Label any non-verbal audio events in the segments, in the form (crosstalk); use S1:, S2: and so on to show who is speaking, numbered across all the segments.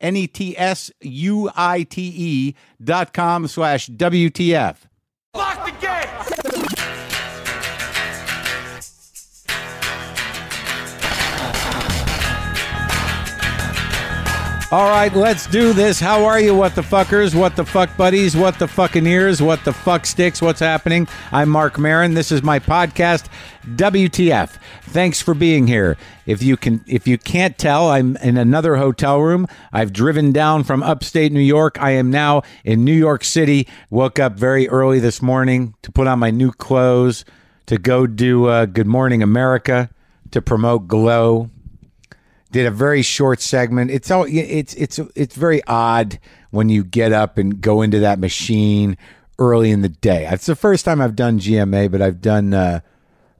S1: N E T S U I T E dot com slash WTF.
S2: Lock the gate!
S1: All right, let's do this. How are you, what the fuckers? What the fuck buddies? What the fucking ears? What the fuck sticks? What's happening? I'm Mark Marin. This is my podcast, WTF. Thanks for being here. If you can, if you can't tell, I'm in another hotel room. I've driven down from upstate New York. I am now in New York City. Woke up very early this morning to put on my new clothes to go do uh, Good Morning America to promote Glow did a very short segment. It's all it's it's it's very odd when you get up and go into that machine early in the day. It's the first time I've done GMA, but I've done uh,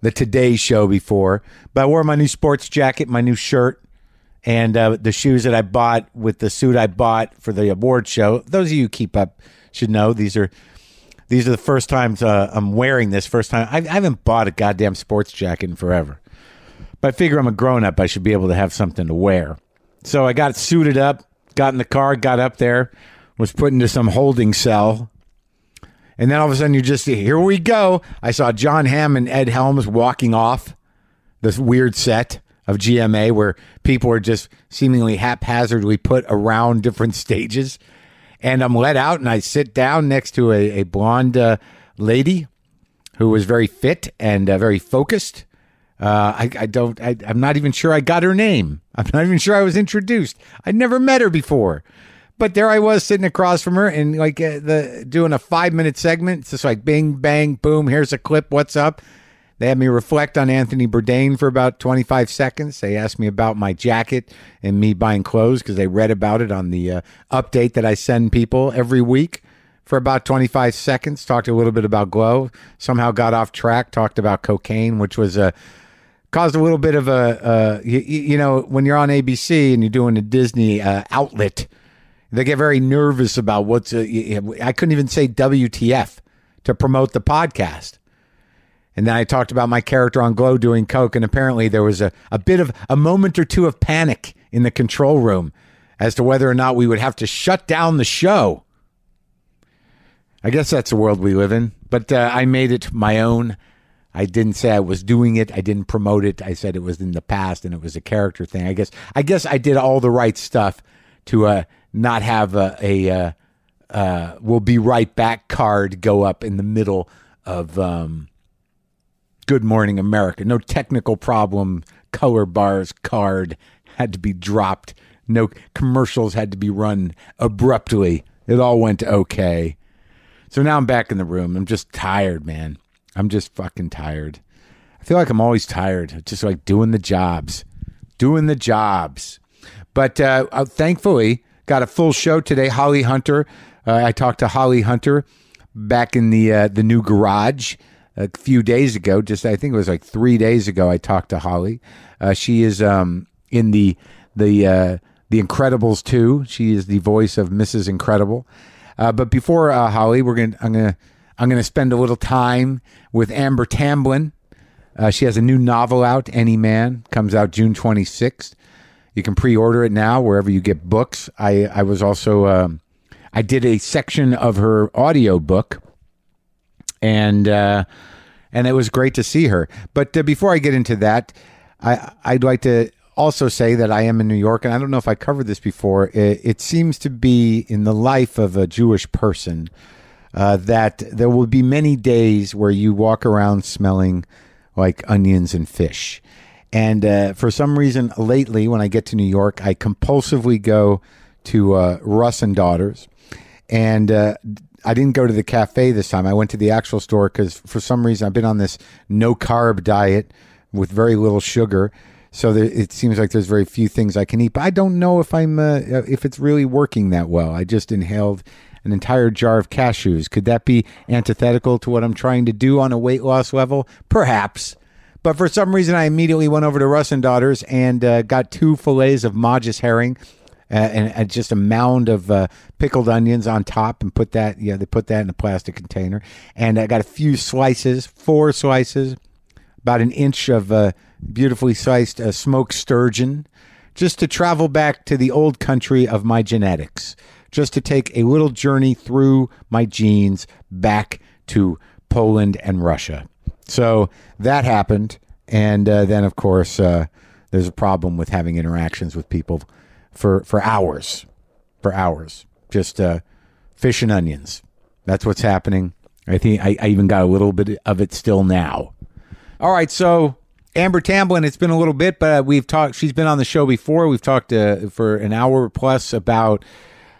S1: the Today Show before. But I wore my new sports jacket, my new shirt, and uh, the shoes that I bought with the suit I bought for the award show. Those of you who keep up should know these are these are the first times uh, I'm wearing this. First time I, I haven't bought a goddamn sports jacket in forever but I figure I'm a grown up. I should be able to have something to wear. So I got suited up, got in the car, got up there, was put into some holding cell. And then all of a sudden, you just here we go. I saw John Hamm and Ed Helms walking off this weird set of GMA where people are just seemingly haphazardly put around different stages. And I'm let out, and I sit down next to a, a blonde uh, lady who was very fit and uh, very focused. Uh, I, I don't. I, I'm not even sure I got her name. (laughs) I'm not even sure I was introduced. I'd never met her before, but there I was sitting across from her and like uh, the doing a five minute segment. It's just like bing bang boom. Here's a clip. What's up? They had me reflect on Anthony Bourdain for about 25 seconds. They asked me about my jacket and me buying clothes because they read about it on the uh, update that I send people every week for about 25 seconds. Talked a little bit about Glow. Somehow got off track. Talked about cocaine, which was a caused a little bit of a uh, you, you know when you're on ABC and you're doing a Disney uh, outlet, they get very nervous about what's. uh, y- y- I couldn't even say WTF to promote the podcast. And then I talked about my character on Glow doing coke, and apparently there was a, a bit of a moment or two of panic in the control room as to whether or not we would have to shut down the show. I guess that's the world we live in. But uh, I made it my own. I didn't say I was doing it. I didn't promote it. I said it was in the past and it was a character thing. I guess. I guess I did all the right stuff to uh, not have a, a uh, uh, "We'll be right back" card go up in the middle of um, Good Morning America. No technical problem. Color bars card had to be dropped. No commercials had to be run abruptly. It all went okay. So now I'm back in the room. I'm just tired, man. I'm just fucking tired. I feel like I'm always tired, just like doing the jobs, doing the jobs. But uh, uh, thankfully, got a full show today. Holly Hunter, uh, I talked to Holly Hunter back in the uh, the new garage a few days ago. Just I think it was like three days ago. I talked to Holly. Uh, she is um, in the the uh, the Incredibles two. She is the voice of Mrs. Incredible. Uh, but before uh, Holly, we're gonna I'm gonna I'm gonna spend a little time with Amber Tamblyn. Uh, she has a new novel out, Any Man, comes out June 26th. You can pre-order it now wherever you get books. I I was also um, I did a section of her audio book and uh, and it was great to see her. But uh, before I get into that, I I'd like to also say that I am in New York, and I don't know if I covered this before. It, it seems to be in the life of a Jewish person uh, that there will be many days where you walk around smelling like onions and fish. And uh, for some reason, lately, when I get to New York, I compulsively go to uh, Russ and Daughters. And uh, I didn't go to the cafe this time. I went to the actual store because for some reason I've been on this no carb diet with very little sugar. So there, it seems like there's very few things I can eat. But I don't know if I'm uh, if it's really working that well. I just inhaled an entire jar of cashews. Could that be antithetical to what I'm trying to do on a weight loss level? Perhaps. But for some reason, I immediately went over to Russ and Daughters and uh, got two fillets of Magus herring uh, and, and just a mound of uh, pickled onions on top, and put that. Yeah, they put that in a plastic container, and I got a few slices, four slices, about an inch of uh, beautifully sliced uh, smoked sturgeon, just to travel back to the old country of my genetics, just to take a little journey through my genes back to Poland and Russia. So that happened. And uh, then, of course, uh, there's a problem with having interactions with people for, for hours, for hours, just uh, fish and onions. That's what's happening. I think I, I even got a little bit of it still now. All right, so Amber Tamblyn, it's been a little bit, but we've talked. She's been on the show before. We've talked uh, for an hour plus about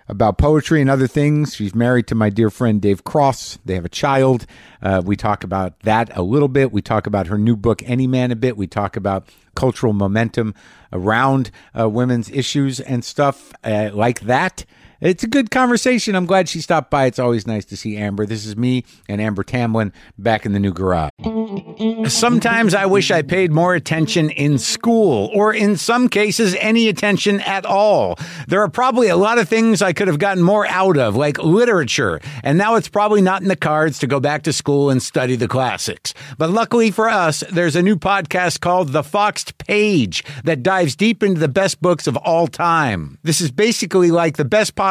S1: about poetry and other things. She's married to my dear friend Dave Cross. They have a child. Uh, we talk about that a little bit. We talk about her new book, Any Man a bit. We talk about cultural momentum around uh, women's issues and stuff uh, like that. It's a good conversation. I'm glad she stopped by. It's always nice to see Amber. This is me and Amber Tamblyn back in the new garage. Sometimes I wish I paid more attention in school, or in some cases, any attention at all. There are probably a lot of things I could have gotten more out of, like literature, and now it's probably not in the cards to go back to school and study the classics. But luckily for us, there's a new podcast called The Foxed Page that dives deep into the best books of all time. This is basically like the best possible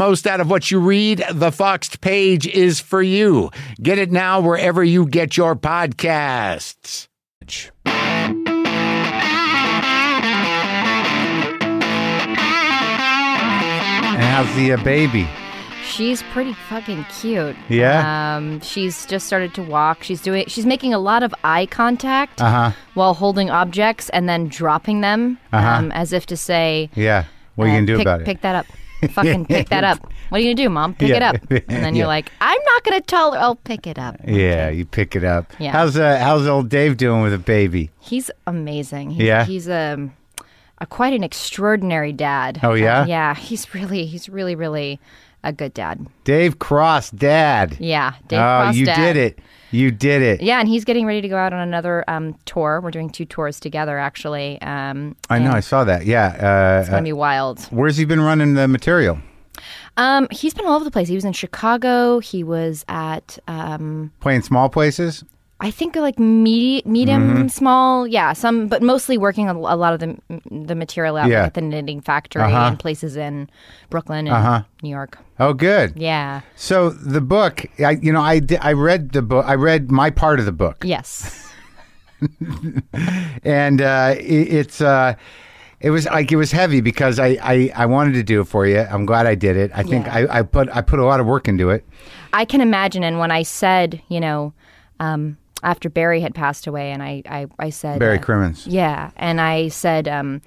S1: most out of what you read? The Foxed Page is for you. Get it now wherever you get your podcasts. And how's the uh, baby?
S3: She's pretty fucking cute.
S1: Yeah?
S3: Um, she's just started to walk. She's doing. She's making a lot of eye contact
S1: Uh-huh.
S3: while holding objects and then dropping them, um, as if to say,
S1: Yeah. What are
S3: uh,
S1: you gonna do
S3: pick,
S1: about it?
S3: Pick that up. Fucking pick
S1: (laughs)
S3: that up. What are you gonna do, mom? Pick it
S1: Yeah. (laughs)
S3: up. And then you're
S1: Yeah.
S3: like, I'm not gonna tell her. I'll pick it up.
S1: yeah, you pick it up.
S3: Yeah.
S1: How's uh, how's old Dave doing with a baby?
S3: He's amazing. He,
S1: Yeah?
S3: He's um, a quite an extraordinary dad.
S1: Oh,
S3: Uh,
S1: yeah?
S3: yeah. He's really. He's really really a good dad.
S1: Dave Cross, Dad.
S3: Yeah. Dave
S1: oh,
S3: Cross
S1: you
S3: dad.
S1: did it. You did it.
S3: Yeah, and he's getting ready to go out on another um, tour. We're doing two tours together, actually. Um,
S1: I know. I saw that. Yeah.
S3: it's
S1: Uh, uh,
S3: gonna be wild.
S1: where's he been running the material?
S3: Um, he's been all over the place. He was in Chicago. He was at, um,
S1: Playing small places.
S3: I think, like medi- medium,
S1: Mm-hmm.
S3: small, yeah, some, but mostly working on a lot of the the material out
S1: Yeah.
S3: at the Knitting Factory
S1: Uh-huh.
S3: and places in Brooklyn and New York.
S1: Oh, good.
S3: Yeah.
S1: So the book, I, you know, I, di- I read the book. I read my part of the book,
S3: Yes.
S1: and uh, it, it's uh, it was like it was heavy because I, I, I wanted to do it for you. I'm glad I did it. I think
S3: Yeah.
S1: I, I put I put a lot of work into it.
S3: I can imagine. And when I said, you know, um, after Barry had passed away, and I, I, I said,
S1: Barry
S3: uh,
S1: Crimmins.
S3: Yeah, and I said, um,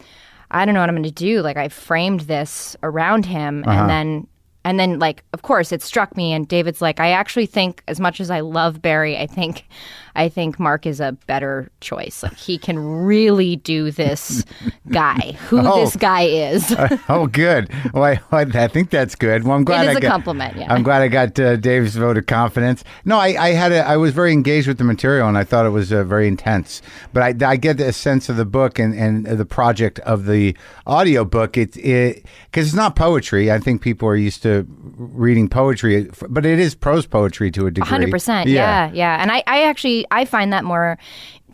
S3: I don't know what I'm going to do. Like I framed this around him, and then and then like of course it struck me. And David's like, I actually think as much as I love Barry, I think I think Mark is a better choice. Like he can really do this guy, who this guy is.
S1: (laughs) oh, good. Well, I, I think that's good. Well, I'm glad
S3: It is
S1: I
S3: a
S1: got,
S3: compliment, yeah.
S1: I'm glad I got uh, Dave's vote of confidence. No, I, I had a, I was very engaged with the material, and I thought it was uh, very intense. But I, I get a sense of the book and, and the project of the audio book. It because it's not poetry. I think people are used to
S4: to reading poetry, but it is prose poetry to a degree.
S3: Hundred percent. Yeah, yeah. And I, I actually I find that more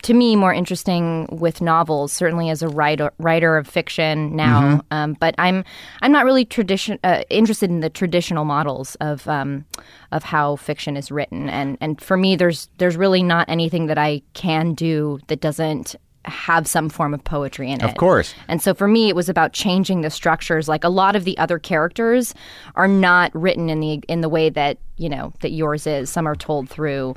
S3: to me more interesting with novels. Certainly as a writer writer of fiction
S4: Mm-hmm.
S3: now, um, but I'm I'm not really tradition uh, interested in the traditional models of um, of how fiction is written. And and for me, there's there's really not anything that I can do that doesn't have some form of poetry in it.
S4: Of course.
S3: And so for me, it was about changing the structures. Like a lot of the other characters are not written in the in the way that you know that yours is. Some are told through,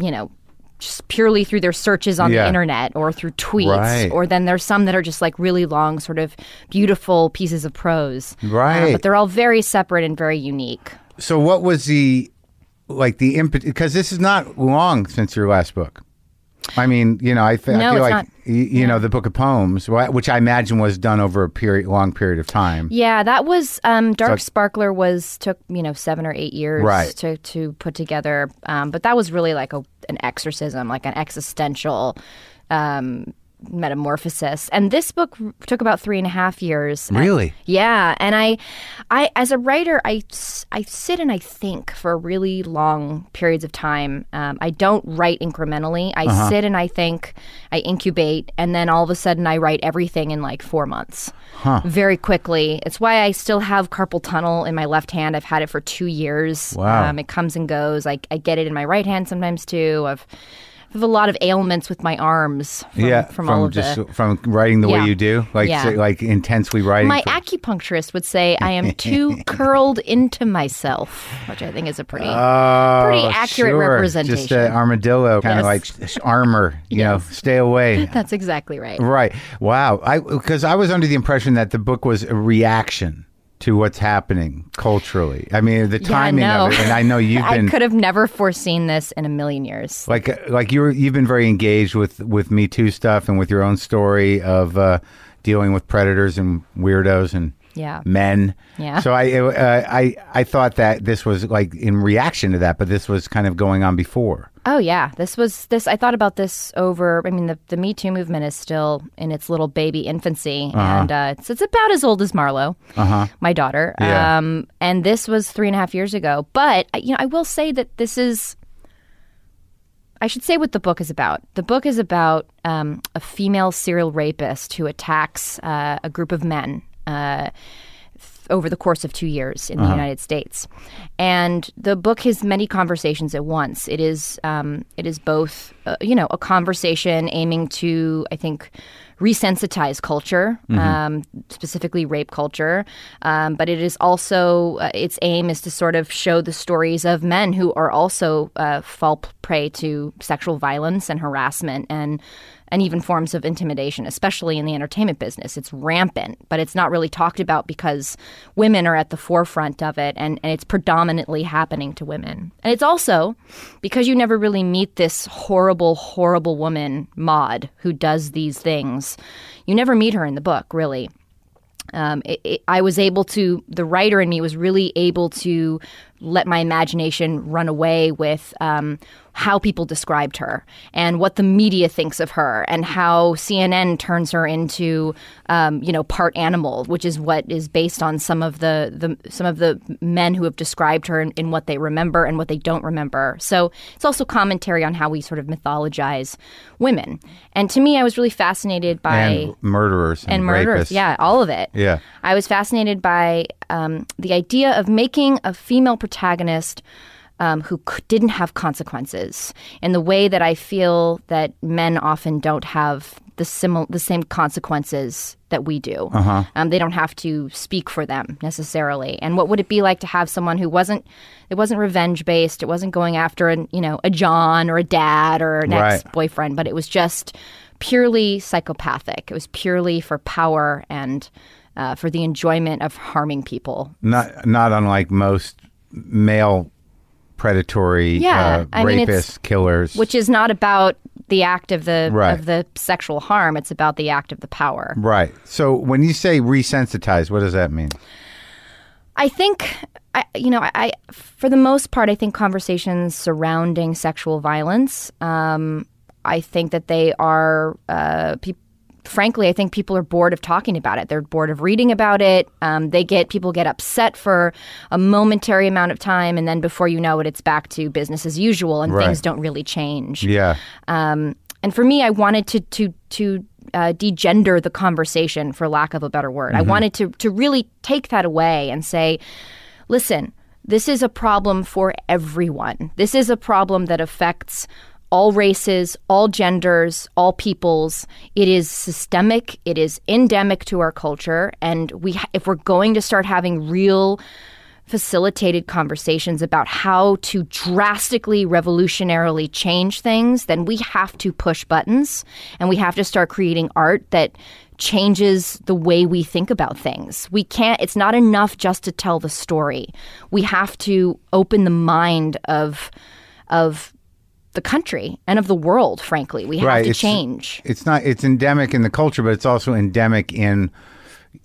S3: you know. Just purely through their searches on
S4: Yeah.
S3: the internet or through tweets,
S4: Right.
S3: or then there's some that are just like really long, sort of beautiful pieces of prose. Uh,
S4: Right.
S3: but they're all very separate and very unique.
S4: So what was the like the impetus? Because this is not long since your last book. I mean, you know, I, fe- I
S3: No,
S4: feel
S3: it's
S4: like
S3: not.
S4: y- you know the book of poems, wh- which I imagine was done over a period, long period of time.
S3: Yeah, that was um, Dark Sparkler was took you know seven or eight years
S4: Right.
S3: to to put together, um, but that was really like a, an exorcism, like an existential um, metamorphosis. And this book r- took about three and a half years.
S4: Really?
S3: Yeah, and I, I as a writer, I s- I sit and I think for really long periods of time. Um, I don't write incrementally. I
S4: Uh-huh.
S3: sit and I think, I incubate, and then all of a sudden I write everything in like four months, very quickly. It's why I still have carpal tunnel in my left hand. I've had it for two years.
S4: Wow.
S3: Um, it comes and goes. I I get it in my right hand sometimes too. I've I have a lot of ailments with my arms from,
S4: yeah,
S3: from, all of
S4: just
S3: the
S4: from writing the way
S3: Yeah.
S4: you do, like
S3: Yeah.
S4: say- like intensely writing.
S3: my
S4: for-
S3: acupuncturist would say I am too
S4: (laughs)
S3: curled into myself, which I think is a pretty.
S4: Oh,
S3: accurate
S4: sure. Just
S3: representation.
S4: an armadillo kind of
S3: Yes.
S4: like sh- sh- armor. You know, stay away.
S3: that's exactly right.
S4: Right. Wow. I because I was under the impression that the book was a reaction to what's happening culturally. I mean, the timing
S3: no.
S4: of it, and I
S3: (laughs)
S4: know you've
S3: I
S4: been
S3: could have never foreseen this in a million years.
S4: like like you were, you've been very engaged with with Me Too stuff and with your own story of uh, dealing with predators and weirdos and
S3: Yeah.
S4: men.
S3: Yeah.
S4: So I uh, I I thought that this was like in reaction to that, but this was kind of going on before.
S3: Oh yeah, this was this. I thought about this over. I mean, the, the Me Too movement is still in its little baby infancy, and uh, it's it's about as old as Marlo, my daughter.
S4: Yeah.
S3: Um, and this was three and a half years ago. But I- you know, I will say that this is. I should say what the book is about. The book is about um, a female serial rapist who attacks uh, a group of men. Uh, over the course of two years in the United States. And the book has many conversations at once. It is um, it is both uh, you know a conversation aiming to I think resensitize culture, um, specifically rape culture, um, but it is also uh, its aim is to sort of show the stories of men who are also uh, fall prey to sexual violence and harassment and and even forms of intimidation, especially in the entertainment business. It's rampant, but it's not really talked about because women are at the forefront of it and, and it's predominantly happening to women. And it's also because you never really meet this horrible, horrible woman, Maud, who does these things. You never meet her in the book, really um, it, it, I was able to, the writer in me was really able to let my imagination run away with um, how people described her and what the media thinks of her and how CNN turns her into, um, you know, part animal, which is what is based on some of the, the some of the men who have described her in, in what they remember and what they don't remember. So it's also commentary on how we sort of mythologize women. And to me, I was really fascinated by
S4: and murderers and,
S3: and murderers.
S4: rapists.
S3: Yeah, all of it.
S4: Yeah.
S3: I was fascinated by um, the idea of making a female protagonist um, who c- didn't have consequences in the way that I feel that men often don't have the simil- the same consequences that we do.
S4: Uh-huh.
S3: Um, they don't have to speak for them necessarily. And what would it be like to have someone who wasn't it wasn't revenge based, it wasn't going after an, you know a John or a dad or an
S4: Right.
S3: ex boyfriend, but it was just purely psychopathic. It was purely for power and uh, for the enjoyment of harming people.
S4: Not not unlike most male predatory
S3: Yeah,
S4: uh,
S3: I mean, it's-
S4: rapists, killers.
S3: Which is not about the act of the
S4: Right.
S3: of the sexual harm. It's about the act of the power.
S4: Right. So when you say resensitized, what does that mean?
S3: I think, I, you know, I, I for the most part, I think conversations surrounding sexual violence. Um, I think that they are uh, peop frankly, I think people are bored of talking about it. They're bored of reading about it. Um, they get people get upset for a momentary amount of time, and then before you know it, it's back to business as usual, and
S4: Right.
S3: things don't really change.
S4: Yeah.
S3: Um, and for me, I wanted to to to uh, degender the conversation, for lack of a better word. I wanted to to really take that away and say, listen, this is a problem for everyone. This is a problem that affects all races, all genders, all peoples. It is systemic. It is endemic to our culture, and we ha- if we're going to start having real facilitated conversations about how to drastically revolutionarily change things, then we have to push buttons and we have to start creating art that changes the way we think about things. We can't it's not enough just to tell the story. We have to open the mind of of the country and of the world, frankly. We have
S4: Right,
S3: to
S4: it's-
S3: change.
S4: It's not. It's endemic in the culture, but it's also endemic in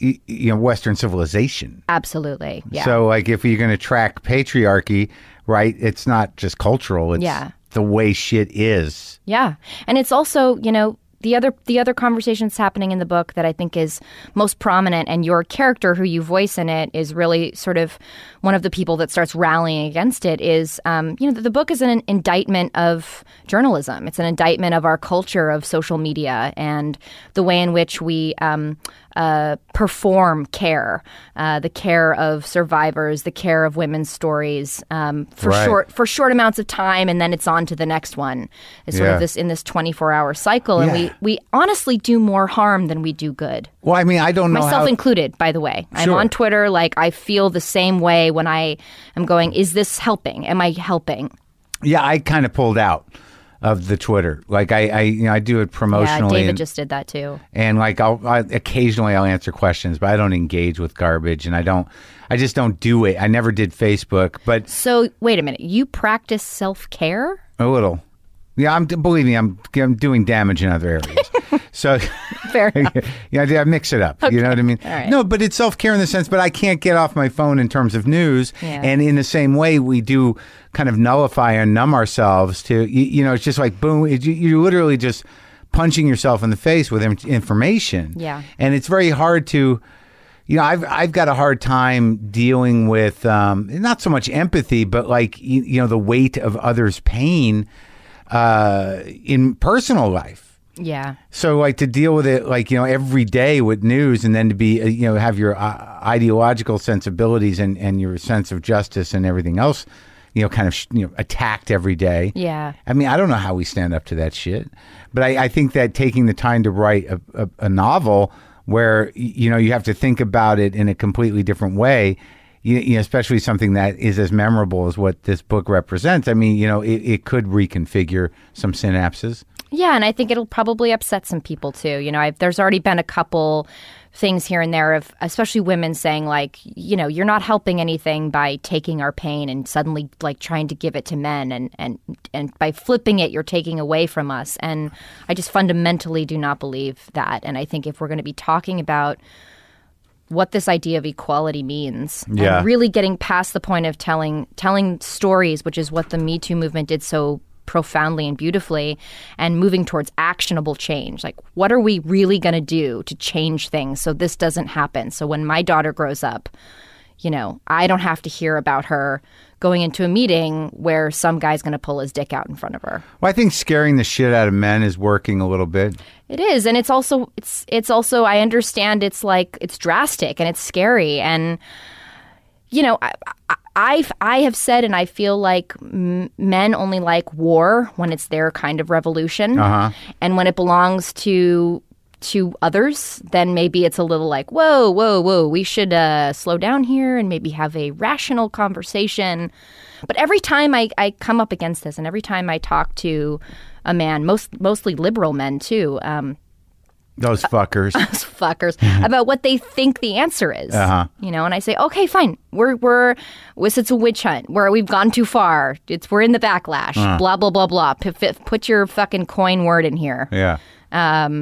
S4: y- you know Western civilization.
S3: Absolutely. Yeah.
S4: So, like, if you're going to track patriarchy, right, it's not just cultural. It's
S3: Yeah.
S4: the way shit is.
S3: Yeah, and it's also you know the other the other conversations happening in the book that I think is most prominent, and your character who you voice in it is really sort of one of the people that starts rallying against it. Is um, you know the, the book is an indictment of journalism. It's an indictment of our culture of social media and the way in which we. Um, uh, perform care, uh, the care of survivors, the care of women's stories um, for
S4: Right.
S3: short for short amounts of time, and then it's on to the next one. It's sort
S4: Yeah.
S3: of this in this 24 hour cycle and
S4: Yeah.
S3: we we honestly do more harm than we do good
S4: Well, I mean, I don't know
S3: myself
S4: how.
S3: included by the way i'm
S4: Sure.
S3: on twitter like i feel the same way when i am going is this helping am i helping
S4: yeah, I kind of pulled out of the Twitter. Like, I, I, you know, I do it
S3: yeah
S4: promotionally,
S3: david
S4: and,
S3: just did that too
S4: and like, I'll I, occasionally I'll answer questions, but I don't engage with garbage, and I don't, I just don't do it. I never did Facebook, but
S3: so wait a minute you practice self-care (laughs)
S4: a little. Yeah, I'm believe me, I'm I'm doing damage in other areas. so.
S3: fair enough.
S4: (laughs) yeah, I, do- I mix it up. You know what I mean?
S3: right.
S4: No, but it's self care in the sense, but I can't get off my phone in terms of news.
S3: Yeah.
S4: And in the same way, we do kind of nullify and numb ourselves to, you, you know, it's just like boom, it, you, you're literally just punching yourself in the face with in- information.
S3: Yeah.
S4: And it's very hard to, you know, I've I've got a hard time dealing with um, not so much empathy, but like you, you know the weight of others' pain uh, in personal life.
S3: yeah
S4: So, like to deal with it, like you know, every day with news, and then to be, uh, you know, have your uh, ideological sensibilities and and your sense of justice and everything else, you know, kind of sh- you know attacked every day.
S3: Yeah.
S4: I mean, I don't know how we stand up to that shit, but I, I think that taking the time to write a, a, a novel where y- you know you have to think about it in a completely different way, you, you know, especially something that is as memorable as what this book represents. I mean, you know, it, it could reconfigure some synapses.
S3: Yeah, and I think it'll probably upset some people too. You know, I've, there's already been a couple things here and there of, especially women saying like, you know, you're not helping anything by taking our pain and suddenly like trying to give it to men, and and and by flipping it, you're taking away from us. And I just fundamentally do not believe that. And I think if we're going to be talking about what this idea of equality means
S4: Yeah.
S3: and really getting past the point of telling telling stories which is what the me too movement did so profoundly and beautifully and moving towards actionable change like what are we really going to do to change things so this doesn't happen so when my daughter grows up you know i don't have to hear about her going into a meeting where some guy's going to pull his dick out in front of her
S4: Well, I think scaring the shit out of men is working a little bit.
S3: It is, and it's also it's it's also I understand it's like it's drastic and it's scary and you know I I, I've, I have said and I feel like m- men only like war when it's their kind of revolution and when it belongs to to others then maybe it's a little like whoa whoa whoa we should uh, slow down here and maybe have a rational conversation but every time I, I come up against this and every time I talk to a man most mostly liberal men too um,
S4: Those
S3: Uh,
S4: fuckers.
S3: (laughs) those fuckers about what they think the answer is.
S4: Uh-huh.
S3: You know, and I say, okay, fine. We're we're this, it's a witch hunt. Where we've gone too far. It's we're in the backlash.
S4: Uh-huh.
S3: Blah blah blah blah. P- f- put your fucking coin word in here.
S4: yeah.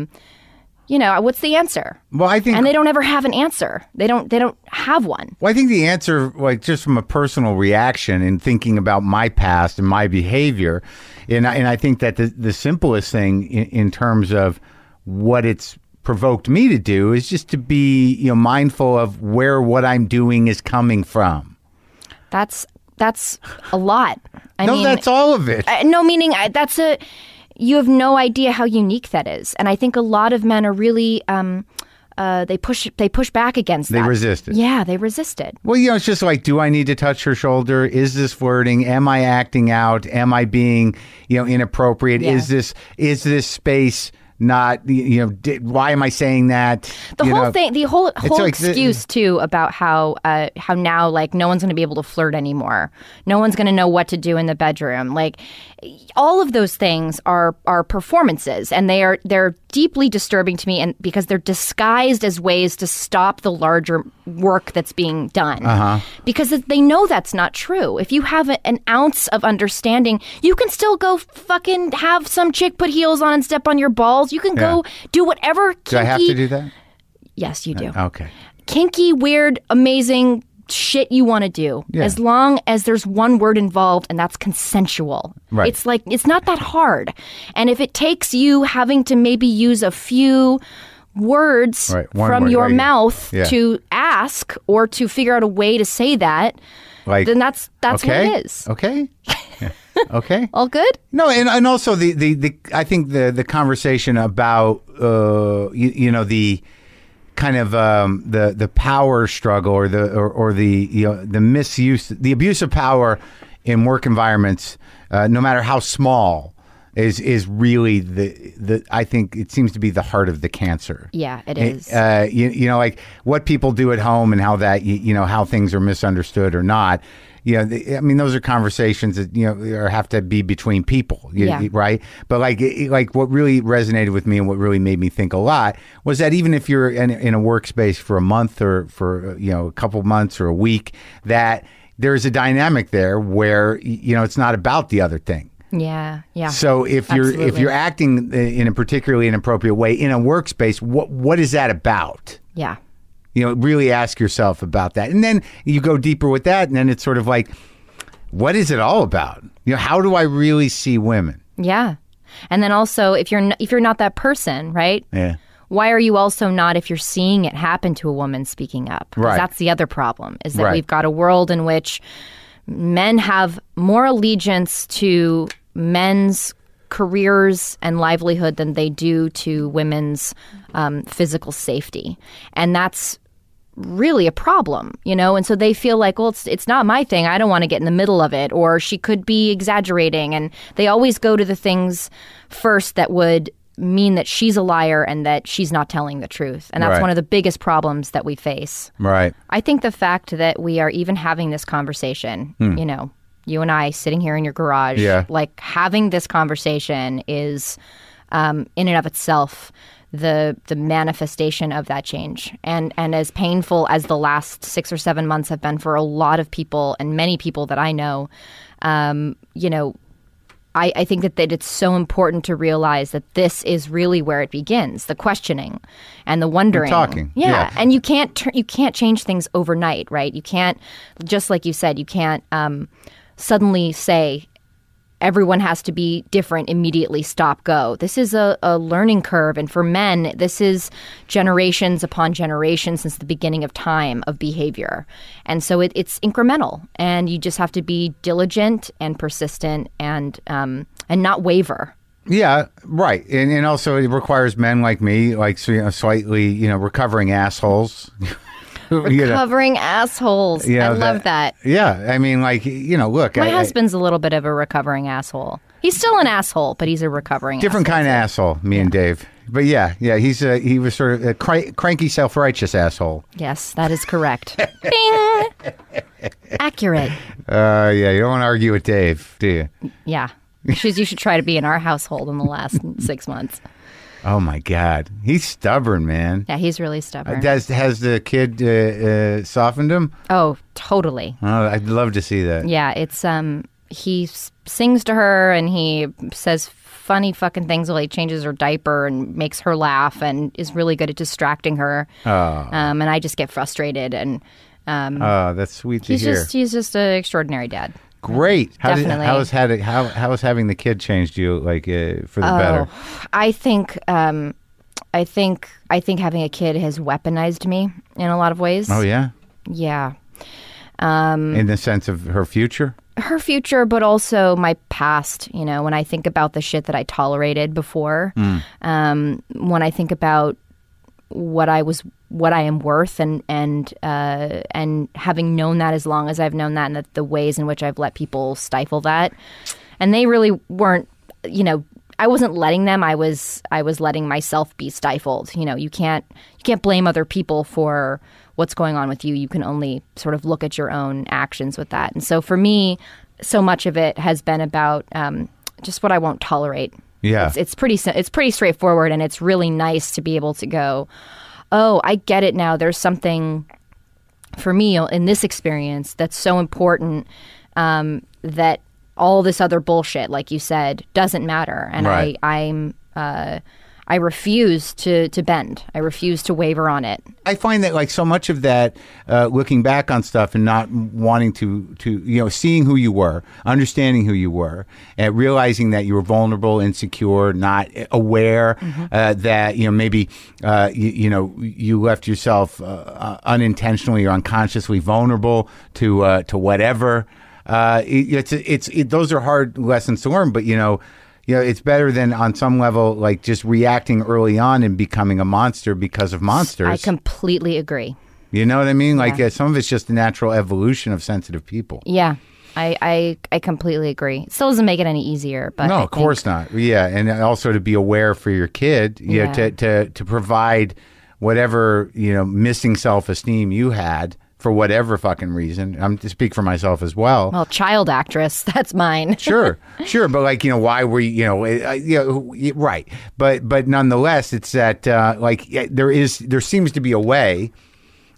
S3: You know, what's the answer?
S4: Well, I think.
S3: And they don't ever have an answer. They don't. They don't have one.
S4: well, I think the answer, like just from a personal reaction and thinking about my past and my behavior, and I, and I think that the the simplest thing in, in terms of what it's provoked me to do is just to be you know mindful of where what I'm doing is coming from.
S3: That's that's a lot. I
S4: no,
S3: mean,
S4: that's all of it.
S3: I- no meaning I, that's a you have no idea how unique that is and i think a lot of men are really um, uh, they push they push back against
S4: they
S3: that
S4: resist it.
S3: yeah they resist it
S4: Well, you know, it's just like, do I need to touch her shoulder? Is this flirting? Am I acting out? Am I being, you know, inappropriate?
S3: Yeah.
S4: Is this is this space not, you know, di why am I saying that?
S3: the
S4: You
S3: whole
S4: know,
S3: thing the whole whole
S4: like the-
S3: excuse too about how uh, how now like no one's going to be able to flirt anymore no one's going to know what to do in the bedroom like all of those things are are performances and they are they're deeply disturbing to me and because they're disguised as ways to stop the larger work that's being done
S4: Uh-huh.
S3: because they know that's not true if you have a- an ounce of understanding you can still go fucking have some chick put heels on and step on your balls you can go do whatever kinky
S4: Do I have to do that?
S3: Yes, you do.
S4: Okay.
S3: Kinky, weird, amazing shit you want to do. As long as there's one word involved and that's consensual.
S4: Right.
S3: It's like it's not that hard. And if it takes you having to maybe use a few words
S4: Right, one
S3: from
S4: word,
S3: your
S4: right, yeah.
S3: mouth
S4: Yeah.
S3: to ask or to figure out a way to say that,
S4: Like
S3: then that's that's
S4: okay,
S3: what it is. (laughs)
S4: Okay. Yeah. okay.
S3: All good?
S4: No, and, and also the, the, the I think the the conversation about uh you, you know the kind of um, the the power struggle or the or, or the you know, the misuse the abuse of power in work environments, uh, no matter how small, is is really the the I think it seems to be the heart of the cancer.
S3: Yeah, it
S4: It-
S3: is.
S4: Uh, you, you know, like what people do at home and how that, you, you know, how things are misunderstood or not. You know, the, I mean, those are conversations that, you know, are, have to be between people, you-
S3: Yeah.
S4: right? But like, it, it- like what really resonated with me and what really made me think a lot was that even if you're in, in a workspace for a month or for, uh, you know, a couple months or a week, that there's a dynamic there where, y- you know, it's not about the other thing.
S3: Yeah, yeah.
S4: So if you're if
S3: Absolutely.
S4: you're acting in a particularly inappropriate way in a workspace, what what is that about?
S3: yeah.
S4: You know, really ask yourself about that, and then you go deeper with that, and then it's sort of like, what is it all about? You know, how do I really see women?
S3: Yeah. And then also if you're n- if you're not that person, right?
S4: Yeah.
S3: Why are you also not if you're seeing it happen to a woman speaking up? 'Cause
S4: Right.
S3: That's the other problem is that
S4: Right.
S3: we've got a world in which men have more allegiance to men's careers and livelihood than they do to women's um, physical safety, and that's really a problem, you know? And so they feel like, well, it's, it's not my thing. I don't want to get in the middle of it. Or she could be exaggerating. And they always go to the things first that would mean that she's a liar and that she's not telling the truth. And that's
S4: Right.
S3: one of the biggest problems that we face.
S4: Right.
S3: I think the fact that we are even having this conversation, you know, you and I sitting here in your garage,
S4: Yeah.
S3: like having this conversation is um, in and of itself the the manifestation of that change. And and as painful as the last six or seven months have been for a lot of people and many people that I know, um, you know, I, I think that, that it's so important to realize that this is really where it begins the questioning and the wondering
S4: talking,
S3: yeah,
S4: yeah.
S3: and you can't tur- you can't change things overnight right you can't just like you said you can't um, suddenly say everyone has to be different immediately stop go this is a, a learning curve and for men this is generations upon generations since the beginning of time of behavior and so it, it's incremental and you just have to be diligent and persistent and um, and not waver
S4: Yeah, right, and and also it requires men like me, like so, you know, slightly, you know, recovering assholes. (laughs) you know,
S3: covering assholes
S4: you
S3: i
S4: know,
S3: love that
S4: Yeah, I mean, like you know, look, I-
S3: my
S4: I-
S3: husband's a little bit of a recovering asshole he's still an asshole but he's a recovering
S4: different kind of asshole, me and Dave. But yeah, yeah, he's a he was sort of a cra- cranky, self righteous asshole.
S3: asshole. yes that is correct
S4: (laughs)
S3: Bing! accurate
S4: Uh, yeah, you don't want to argue with Dave, do you?
S3: Yeah. She's, you should try to be in our household in the
S4: (laughs)
S3: last six months.
S4: Oh my God, he's stubborn, man.
S3: Yeah, he's really stubborn.
S4: Does has the kid uh, uh, softened him?
S3: oh, totally.
S4: Oh, I'd love to see that.
S3: Yeah, it's um he s- sings to her and he says funny fucking things while he changes her diaper and makes her laugh and is really good at distracting her. Um, and I just get frustrated and um,
S4: Oh, that's sweet to
S3: he's
S4: hear.
S3: just he's just an extraordinary dad.
S4: Great. How did,
S3: Definitely.
S4: how has had it,
S3: Oh.
S4: how how has having the kid changed you like uh, for the better?
S3: I think um, I think I think having a kid has weaponized me in a lot of ways.
S4: Oh yeah,
S3: yeah. Mm.
S4: in the sense of her future.
S3: her future, but also my past. You know, when I think about the shit that I tolerated before, um, when I think about what I was, what I am worth, and and uh, and having known that as long as I've known that, and the, the ways in which I've let people stifle that, and they really weren't. You know, I wasn't letting them. I was I was letting myself be stifled. You know, you can't you can't blame other people for what's going on with you. You can only sort of look at your own actions with that. And so for me, so much of it has been about um, just what I won't tolerate.
S4: Yeah.
S3: it's, it's pretty si- it's pretty straightforward, and it's really nice to be able to go, oh, I get it now. There's something for me in this experience that's so important um, that all this other bullshit, like you said, doesn't matter, and
S4: Right.
S3: I I'm. Uh, I refuse to, to bend. I refuse to waver on it.
S4: I find that like so much of that, uh, looking back on stuff and not wanting to to you know seeing who you were, understanding who you were, and realizing that you were vulnerable, insecure, not aware uh, that you know maybe uh, you, you know you left yourself uh, uh, unintentionally or unconsciously vulnerable to uh, to whatever. Uh, it, it's it's it, those are hard lessons to learn, but you know you know, it's better than on some level, like just reacting early on and becoming a monster because of monsters.
S3: I completely agree.
S4: you know what I mean? Like uh, some of it's just the natural evolution of sensitive people.
S3: Yeah, I, I, I completely agree. It still doesn't make it any easier, but
S4: No,
S3: I
S4: of
S3: think-
S4: course not. Yeah, and also to be aware for your kid, you know,
S3: Yeah.
S4: to to to provide whatever you know missing self esteem you had for whatever fucking reason. I'm to speak for myself as well.
S3: Well, child actress, (laughs) that's mine.
S4: sure, sure, but like you know, why were you? You know, eh, I- you know, who- y- right? But but nonetheless, it's that uh, like yeah, there is there seems to be a way,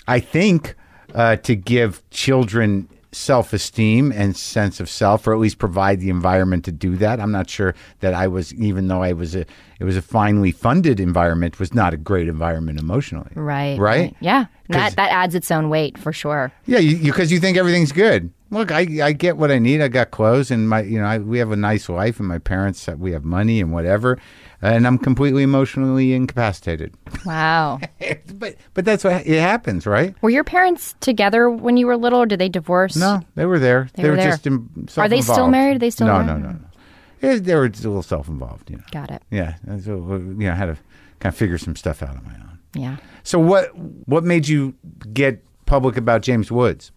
S4: I think, uh, to give children self-esteem and sense of self, or at least provide the environment to do that. I'm not sure that I was, even though I was a, it was a finely funded environment, was not a great environment emotionally.
S3: Right.
S4: Right.
S3: Yeah. That
S4: 'Cause-
S3: that adds its own weight for sure.
S4: Yeah, because you, 'cause you think everything's good. Look, I, I get what I need. I got clothes, and my you know I, we have a nice life, and my parents uh, we have money and whatever, and I'm completely emotionally incapacitated.
S3: Wow.
S4: but but that's what it happens, right?
S3: were your parents together when you were little or did they divorce?
S4: No, they were there. They,
S3: were
S4: were,
S3: there.
S4: just in,
S3: Are they still
S4: self-involved.
S3: married? Are they still
S4: no,
S3: married?
S4: no no no Eh, They were just a little self-involved, you know.
S3: Got it.
S4: Yeah, and so uh, you know I had to kind of figure some stuff out on my own.
S3: Yeah.
S4: So what what made you get public about James Woods?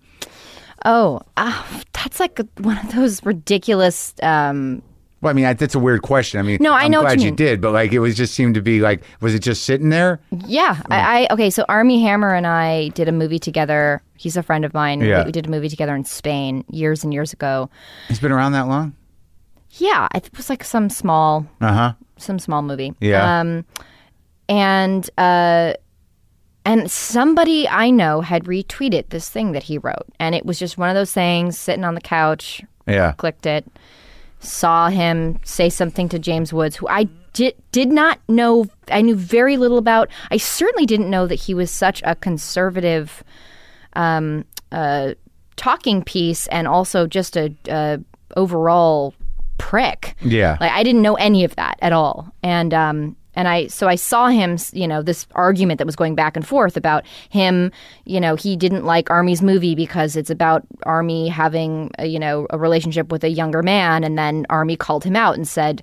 S3: Oh, ah, that's like one of those ridiculous um,
S4: Well, I mean, I, that's a weird question. I mean,
S3: No, I
S4: I'm
S3: know what
S4: glad
S3: you
S4: you
S3: mean.
S4: did, but like, it was just seemed to be like, was it just sitting there?
S3: Yeah, I, I okay. So Army Hammer and I did a movie together. He's a friend of mine. We-
S4: Yeah.
S3: We, did a movie together in Spain years and years ago.
S4: It's been around that long.
S3: Yeah, I think it was like some small,
S4: Uh huh.
S3: some small movie.
S4: Yeah.
S3: Um, and uh, and somebody I know had retweeted this thing that he wrote, and it was just one of those things. Sitting on the couch,
S4: Yeah.
S3: clicked it, saw him say something to James Woods, who I did did not know. I knew very little about. I certainly didn't know that he was such a conservative um, uh, talking piece, and also just a uh, overall prick.
S4: Yeah.
S3: Like I didn't know any of that at all, and um, and I so I saw him, s- you know, this argument that was going back and forth about him, you know, he didn't like Army's movie because it's about Army having, a, you know, a relationship with a younger man, and then Army called him out and said,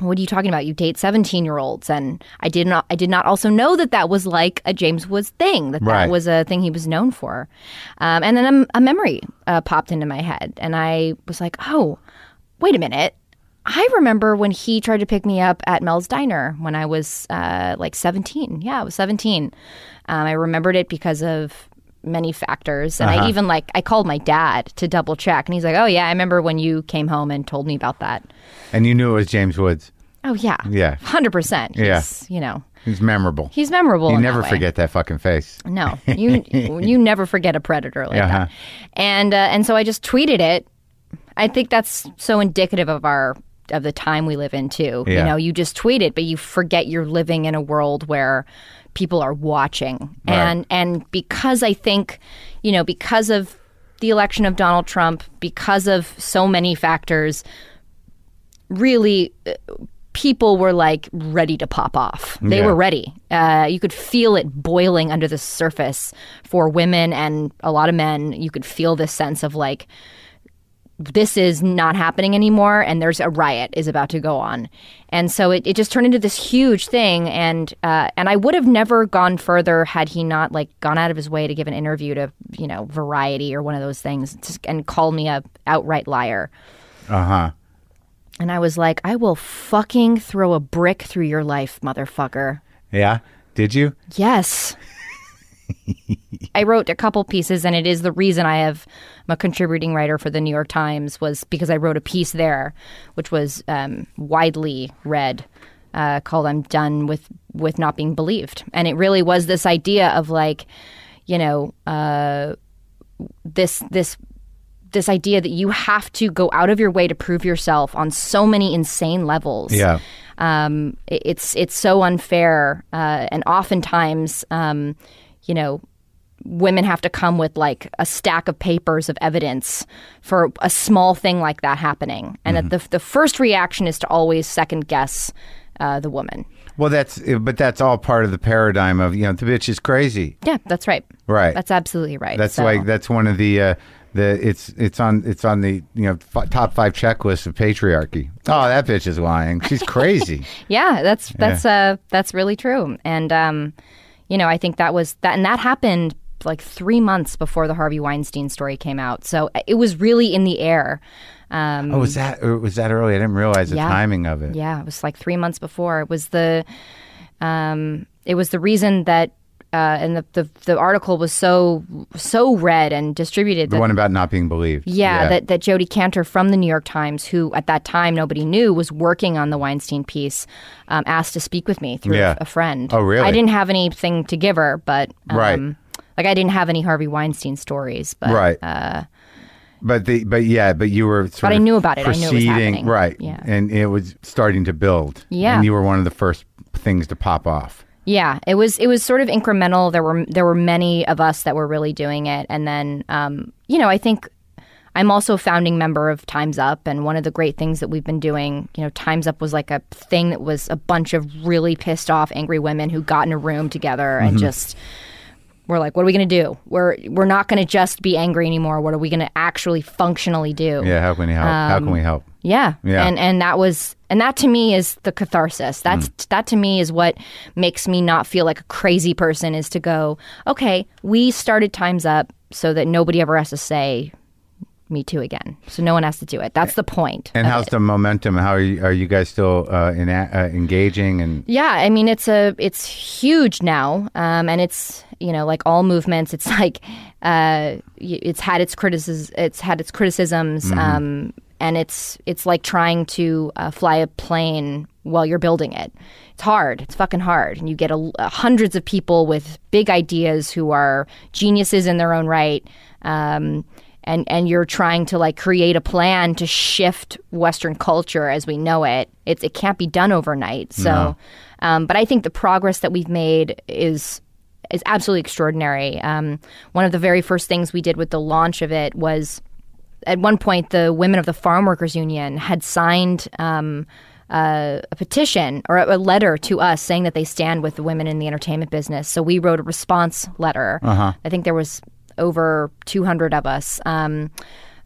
S3: what are you talking about? You date 17 year olds. And I did not, I did not also know that that was like a James Woods thing, that
S4: Right.
S3: that was a thing he was known for. Um, and then a, a memory uh, popped into my head and I was like, oh, wait a minute. I remember when he tried to pick me up at Mel's Diner when I was uh, like 17. Yeah, I was 17. Um, I remembered it because of many factors. And I even like, I called my dad to double check. And he's like, oh, yeah, I remember when you came home and told me about that.
S4: And you knew it was James Woods.
S3: Oh yeah,
S4: Yeah.
S3: hundred percent.
S4: Yeah.
S3: He's, you know,
S4: He's memorable.
S3: he's memorable.
S4: you
S3: in
S4: never
S3: that way.
S4: forget that fucking face. (laughs)
S3: No, you you never forget a predator like
S4: Uh-huh.
S3: that. And uh, and so I just tweeted it. I think that's so indicative of our of the time we live in too.
S4: Yeah.
S3: You know, you just tweet it, but you forget you're living in a world where people are watching. And and because I think, you know, because of the election of Donald Trump, because of so many factors, really uh, people were like ready to pop off. They
S4: Yeah.
S3: were ready. Uh, you could feel it boiling under the surface for women and a lot of men. You could feel this sense of like, this is not happening anymore and there's a riot is about to go on and so it, it just turned into this huge thing and uh, and i would have never gone further had he not like gone out of his way to give an interview to you know variety or one of those things to- and call me a outright liar uh-huh and i was like i will fucking throw a brick through your life motherfucker
S4: Yeah. Did you?
S3: Yes. I wrote a couple pieces, and it is the reason I have I'm a contributing writer for the New York Times was because I wrote a piece there, which was um, widely read, uh, called "I'm Done with with Not Being Believed," and it really was this idea of like, you know, uh, this this this idea that you have to go out of your way to prove yourself on so many insane levels.
S4: Yeah.
S3: um, it- it's it's so unfair, uh, and oftentimes, um, you know. Women have to come with like a stack of papers of evidence for a small thing like that happening, and
S4: Mm-hmm.
S3: that the the first reaction is to always second guess uh, the woman.
S4: Well, that's eh, but that's all part of the paradigm of you know the bitch is crazy.
S3: Yeah, that's right.
S4: Right.
S3: That's absolutely right.
S4: That's
S3: So-
S4: like that's one of the uh, the it's it's on it's on the you know f- top five checklists of patriarchy. Oh, that bitch is lying. She's
S3: (laughs)
S4: crazy.
S3: Yeah, that's that's uh that's really true. And um, you know, I think that was that and that happened like three months before the Harvey Weinstein story came out. So uh, it was really in the air. Um,
S4: oh, was that or was that early? I didn't realize the
S3: Yeah.
S4: timing of it.
S3: yeah, it was like three months before. It was the um, it was the reason that uh, and the, the the article was so so read and distributed
S4: The
S3: that
S4: one about not being believed.
S3: Yeah, that that Jody Cantor from the New York Times, who at that time nobody knew was working on the Weinstein piece, um, asked to speak with me through
S4: Yeah.
S3: a friend.
S4: Oh, really?
S3: I didn't have anything to give her, but um,
S4: Right.
S3: Like I didn't have any Harvey Weinstein stories, but uh,
S4: right. but the but yeah, but you were sort
S3: But I
S4: of
S3: knew about it. I knew it was
S4: proceeding-
S3: happening.
S4: right.
S3: Yeah.
S4: and it was starting to build.
S3: Yeah.
S4: and you were one of the first things to pop off.
S3: Yeah, it was it was sort of incremental. There were there were many of us that were really doing it, and then um, you know I think I'm also a founding member of Times Up, and one of the great things that we've been doing, you know, Times Up was like a thing that was a bunch of really pissed off, angry women who got in a room together and just we're like, what are we going to do? We're we're not going to just be angry anymore. What are we going to actually functionally do?
S4: Yeah, how can we help? how
S3: Um,
S4: can we help?
S3: Yeah.
S4: Yeah.
S3: And and that was and that to me is the catharsis. That's
S4: Mm.
S3: that to me is what makes me not feel like a crazy person is to go, okay, we started times up so that nobody ever has to say me too again. So no one has to do it. That's the point.
S4: And how's the momentum? How are you, are you guys still uh, in, uh, engaging? And
S3: Yeah, I mean it's a it's huge now, um, and it's you know like all movements, it's (laughs) like uh, y- it's had its criticisms, it's had its criticisms, um, and it's it's like trying to uh, fly a plane while you're building it. It's hard. It's fucking hard, and you get a, a hundreds of people with big ideas who are geniuses in their own right. Um, and, and you're trying to like create a plan to shift Western culture as we know it. It's it can't be done overnight. So um, but I think the progress that we've made is is absolutely extraordinary. Um, one of the very first things we did with the launch of it was at one point the women of the farm workers union had signed um, uh, a petition or a, a letter to us saying that they stand with the women in the entertainment business. So we wrote a response letter. I think there was over 200 of us. Um,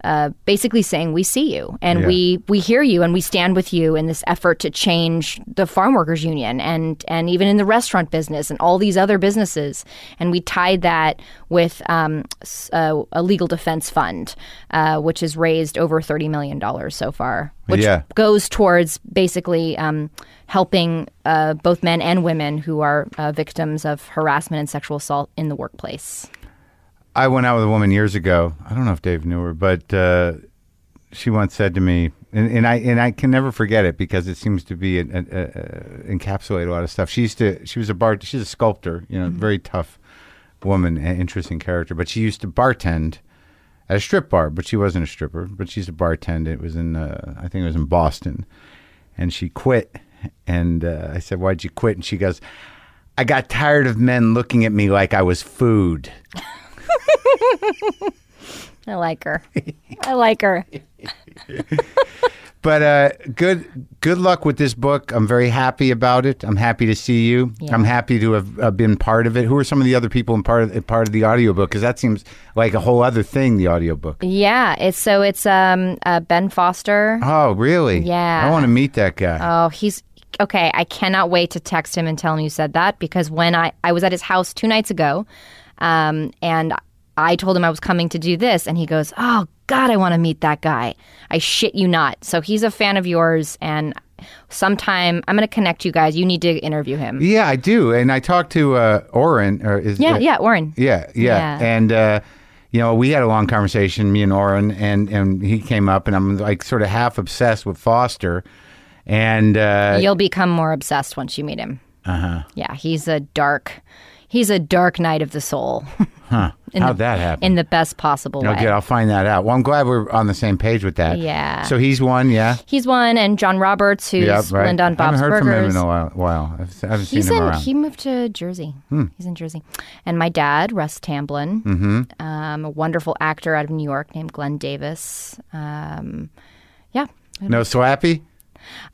S3: uh, basically saying we see you and
S4: Yeah.
S3: we we hear you and we stand with you in this effort to change the farm workers union and and even in the restaurant business and all these other businesses and we tied that with um, s- uh, a legal defense fund uh, which has raised over 30 million dollars so far which
S4: Yeah.
S3: goes towards basically um, helping uh, both men and women who are uh, victims of harassment and sexual assault in the workplace
S4: I went out with a woman years ago. I don't know if Dave knew her, but uh, she once said to me, and, and I and I can never forget it because it seems to be an, an, uh, encapsulate a lot of stuff. She used to she was a bar she's a sculptor, you know, very tough woman, an interesting character, but she used to bartend at a strip bar, but she wasn't a stripper, but she's a bartender. It was in uh, I think it was in Boston, and she quit. And uh, I said, "Why'd you quit?" And she goes, "I got tired of men looking at me like I was food." (laughs)
S3: I like her I like her
S4: But uh, good, good luck with this book. I'm very happy about it. I'm happy to see you.
S3: Yeah.
S4: I'm happy to have uh, been part of it. Who are some of the other people in part of, part of the audiobook? Because that seems like a whole other thing, the audiobook.
S3: Yeah, it's so it's um uh, Ben Foster.
S4: Oh, really?
S3: Yeah.
S4: I want to meet that guy.
S3: Oh, he's okay. I cannot wait to text him and tell him you said that because when I I was at his house two nights ago, um, and I told him I was coming to do this, and he goes, "Oh God, I want to meet that guy." I shit you not. So he's a fan of yours, and sometime I'm going to connect you guys. You need to interview him.
S4: Yeah, I do. And I talked to uh, Oren. Or is
S3: Yeah,
S4: uh,
S3: yeah, Oren.
S4: Yeah, yeah,
S3: Yeah.
S4: and uh, you know, we had a long conversation, me and Oren, and and he came up, and I'm like sort of half obsessed with Foster, and uh,
S3: You'll become more obsessed once you meet him.
S4: Uh-huh.
S3: Uh huh. Yeah, he's a dark, he's a dark night of the soul. (laughs) in
S4: how'd
S3: the-
S4: that happen?
S3: in the best possible way.
S4: okay, I'll find that out. Well, I'm glad we're on the same page with that.
S3: Yeah.
S4: So he's one, yeah,
S3: He's one, and John Roberts, who's
S4: yeah, right.
S3: Linda on
S4: I
S3: Bob's
S4: haven't heard from him
S3: Burgers.
S4: in a while. while. I've, I haven't
S3: He's
S4: seen him
S3: in.
S4: around. Hmm.
S3: He moved to Jersey. He's in Jersey, and my dad, Russ Tamblin,
S4: Mm-hmm.
S3: um, a wonderful actor out of New York named Glenn Davis. Um, yeah,
S4: no Slappy.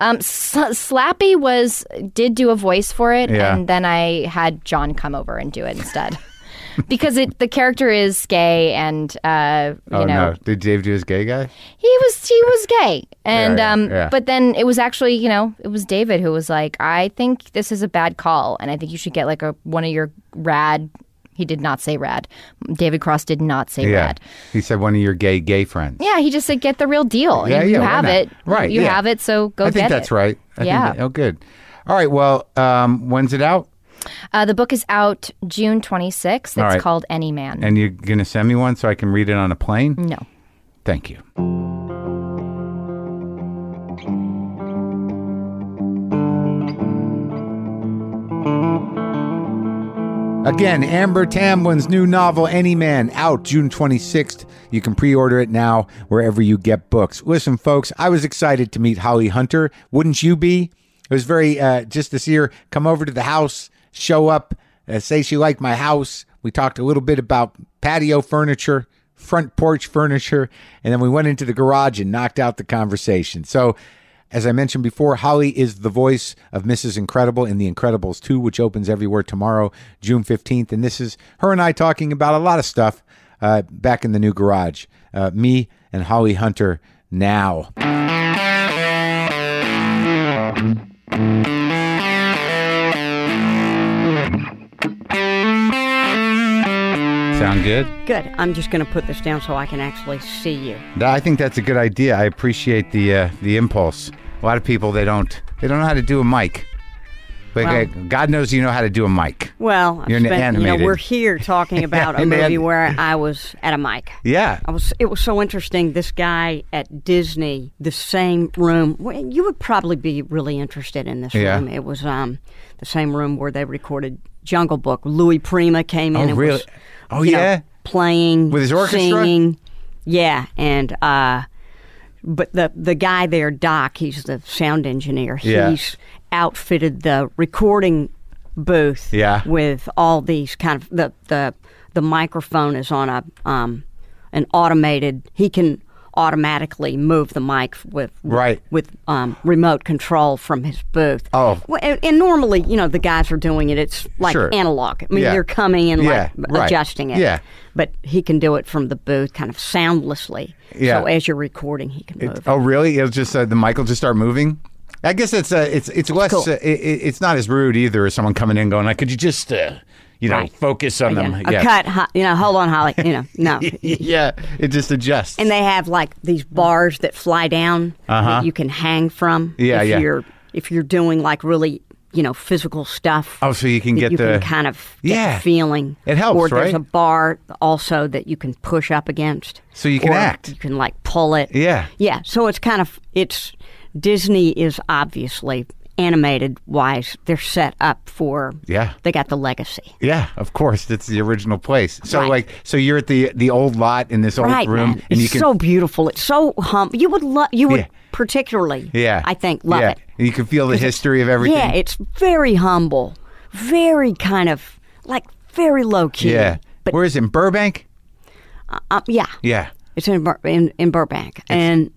S3: um, S- Slappy was did do a voice for it,
S4: Yeah.
S3: and then I had John come over and do it instead (laughs) because it the character is gay, and uh, you
S4: oh
S3: know
S4: no, did Dave do his gay guy?
S3: he was he was gay and
S4: Yeah, yeah,
S3: um
S4: yeah.
S3: but then it was actually you know it was david who was like i think this is a bad call and i think you should get like a one of your rad he did not say rad david cross did not say
S4: Yeah,
S3: rad
S4: he said one of your gay gay friends.
S3: yeah he just said get the real deal
S4: Yeah,
S3: you,
S4: yeah,
S3: you
S4: why
S3: have
S4: not?
S3: it
S4: Right,
S3: you
S4: yeah.
S3: have it so go
S4: I think
S3: get
S4: that's
S3: it
S4: right. I think
S3: Yeah.
S4: that- oh, good. All right. Well, um, when's it out?
S3: uh, the book is out june 26th it's
S4: right.
S3: called any man
S4: And you're going to send me one so I can read it on a plane?
S3: no
S4: Thank you. Again, Amber Tamlin's new novel, Any Man, out June 26th. You can pre order it now wherever you get books. Listen, folks, I was excited to meet Holly Hunter. Wouldn't you be? It was very, uh, just to see her come over to the house, show up, uh, say she liked my house. We talked a little bit about patio furniture, front porch furniture, and then we went into the garage and knocked out the conversation. So, as I mentioned before, Holly is the voice of Mrs. Incredible in The Incredibles 2, which opens everywhere tomorrow, June 15th. And this is her and I talking about a lot of stuff uh, back in the new garage. Uh, me and Holly Hunter now. Sound good?
S5: Good. I'm just going to put this down so I can actually see you.
S4: I think that's a good idea. I appreciate the uh, the impulse. A lot of people they don't they don't know how to do a mic. But
S5: Well-
S4: uh, God knows you know how to do a mic.
S5: Well, I've
S4: You're an
S5: spent, you know,
S4: animated.
S5: we're
S4: (laughs)
S5: here talking about a
S4: An
S5: movie
S4: an-
S5: where I was at a mic.
S4: Yeah.
S5: I was. It was so interesting. This guy at Disney, the same room. Well, you would probably be really interested in this
S4: Yeah.
S5: room. It was um, the same room where they recorded Jungle Book. Louis Prima came in.
S4: Oh,
S5: and was,
S4: really? Oh,
S5: you know,
S4: yeah?
S5: playing
S4: With his orchestra?
S5: singing. Yeah, and uh, but the the guy there, Doc, he's the sound engineer.
S4: Yeah.
S5: He's outfitted the recording booth
S4: Yeah.
S5: with all these kind of the the the microphone is on a um an automated he can automatically move the mic with
S4: Right.
S5: with um, remote control from his booth.
S4: Oh.
S5: Well, and, and normally, you know, the guys are doing it. It's like
S4: Sure.
S5: analog. I mean,
S4: Yeah.
S5: you're coming in
S4: Yeah,
S5: like
S4: right.
S5: adjusting it.
S4: Yeah.
S5: But he can do it from the booth, kind of soundlessly.
S4: Yeah.
S5: So as you're recording, he can move.
S4: Oh, really? It'll just uh, the mic will just start moving. I guess it's uh, it's it's less
S5: cool.
S4: uh, it, it- it's not as rude either as someone coming in going like, could you just uh, you know
S5: Right. Oh,
S4: focus on them?
S5: A cut, ho- you know, hold on, Holly. You know, no.
S4: um, (laughs) yeah, it just adjusts.
S5: And they have like these bars that fly down that you can hang from.
S4: Uh-huh. Yeah,
S5: if
S4: yeah.
S5: You're, if you're doing like really, you know, physical stuff.
S4: oh, so you can
S5: that
S4: get
S5: you
S4: the
S5: can kind of get
S4: Yeah.
S5: feeling.
S4: It helps,
S5: or there's
S4: right?
S5: a bar also that you can push up against.
S4: So you can
S5: Or
S4: act.
S5: You can like pull it.
S4: Yeah.
S5: Yeah. So it's kind of it's Disney is obviously animated wise they're set up for
S4: Yeah.
S5: they got the legacy
S4: yeah, of course, that's the original place. So
S5: Right.
S4: like, so you're at the the old lot in this old
S5: right
S4: room,
S5: man.
S4: and
S5: it's
S4: you can
S5: so beautiful it's so hum you would love you would
S4: Yeah.
S5: particularly
S4: yeah,
S5: i think love
S4: yeah.
S5: it
S4: And you can feel the history of everything.
S5: yeah it's very humble very kind of like very low key
S4: yeah.
S5: but
S4: Where is it? in Burbank?
S5: uh, yeah
S4: Yeah.
S5: It's in Bur- in, in Burbank, and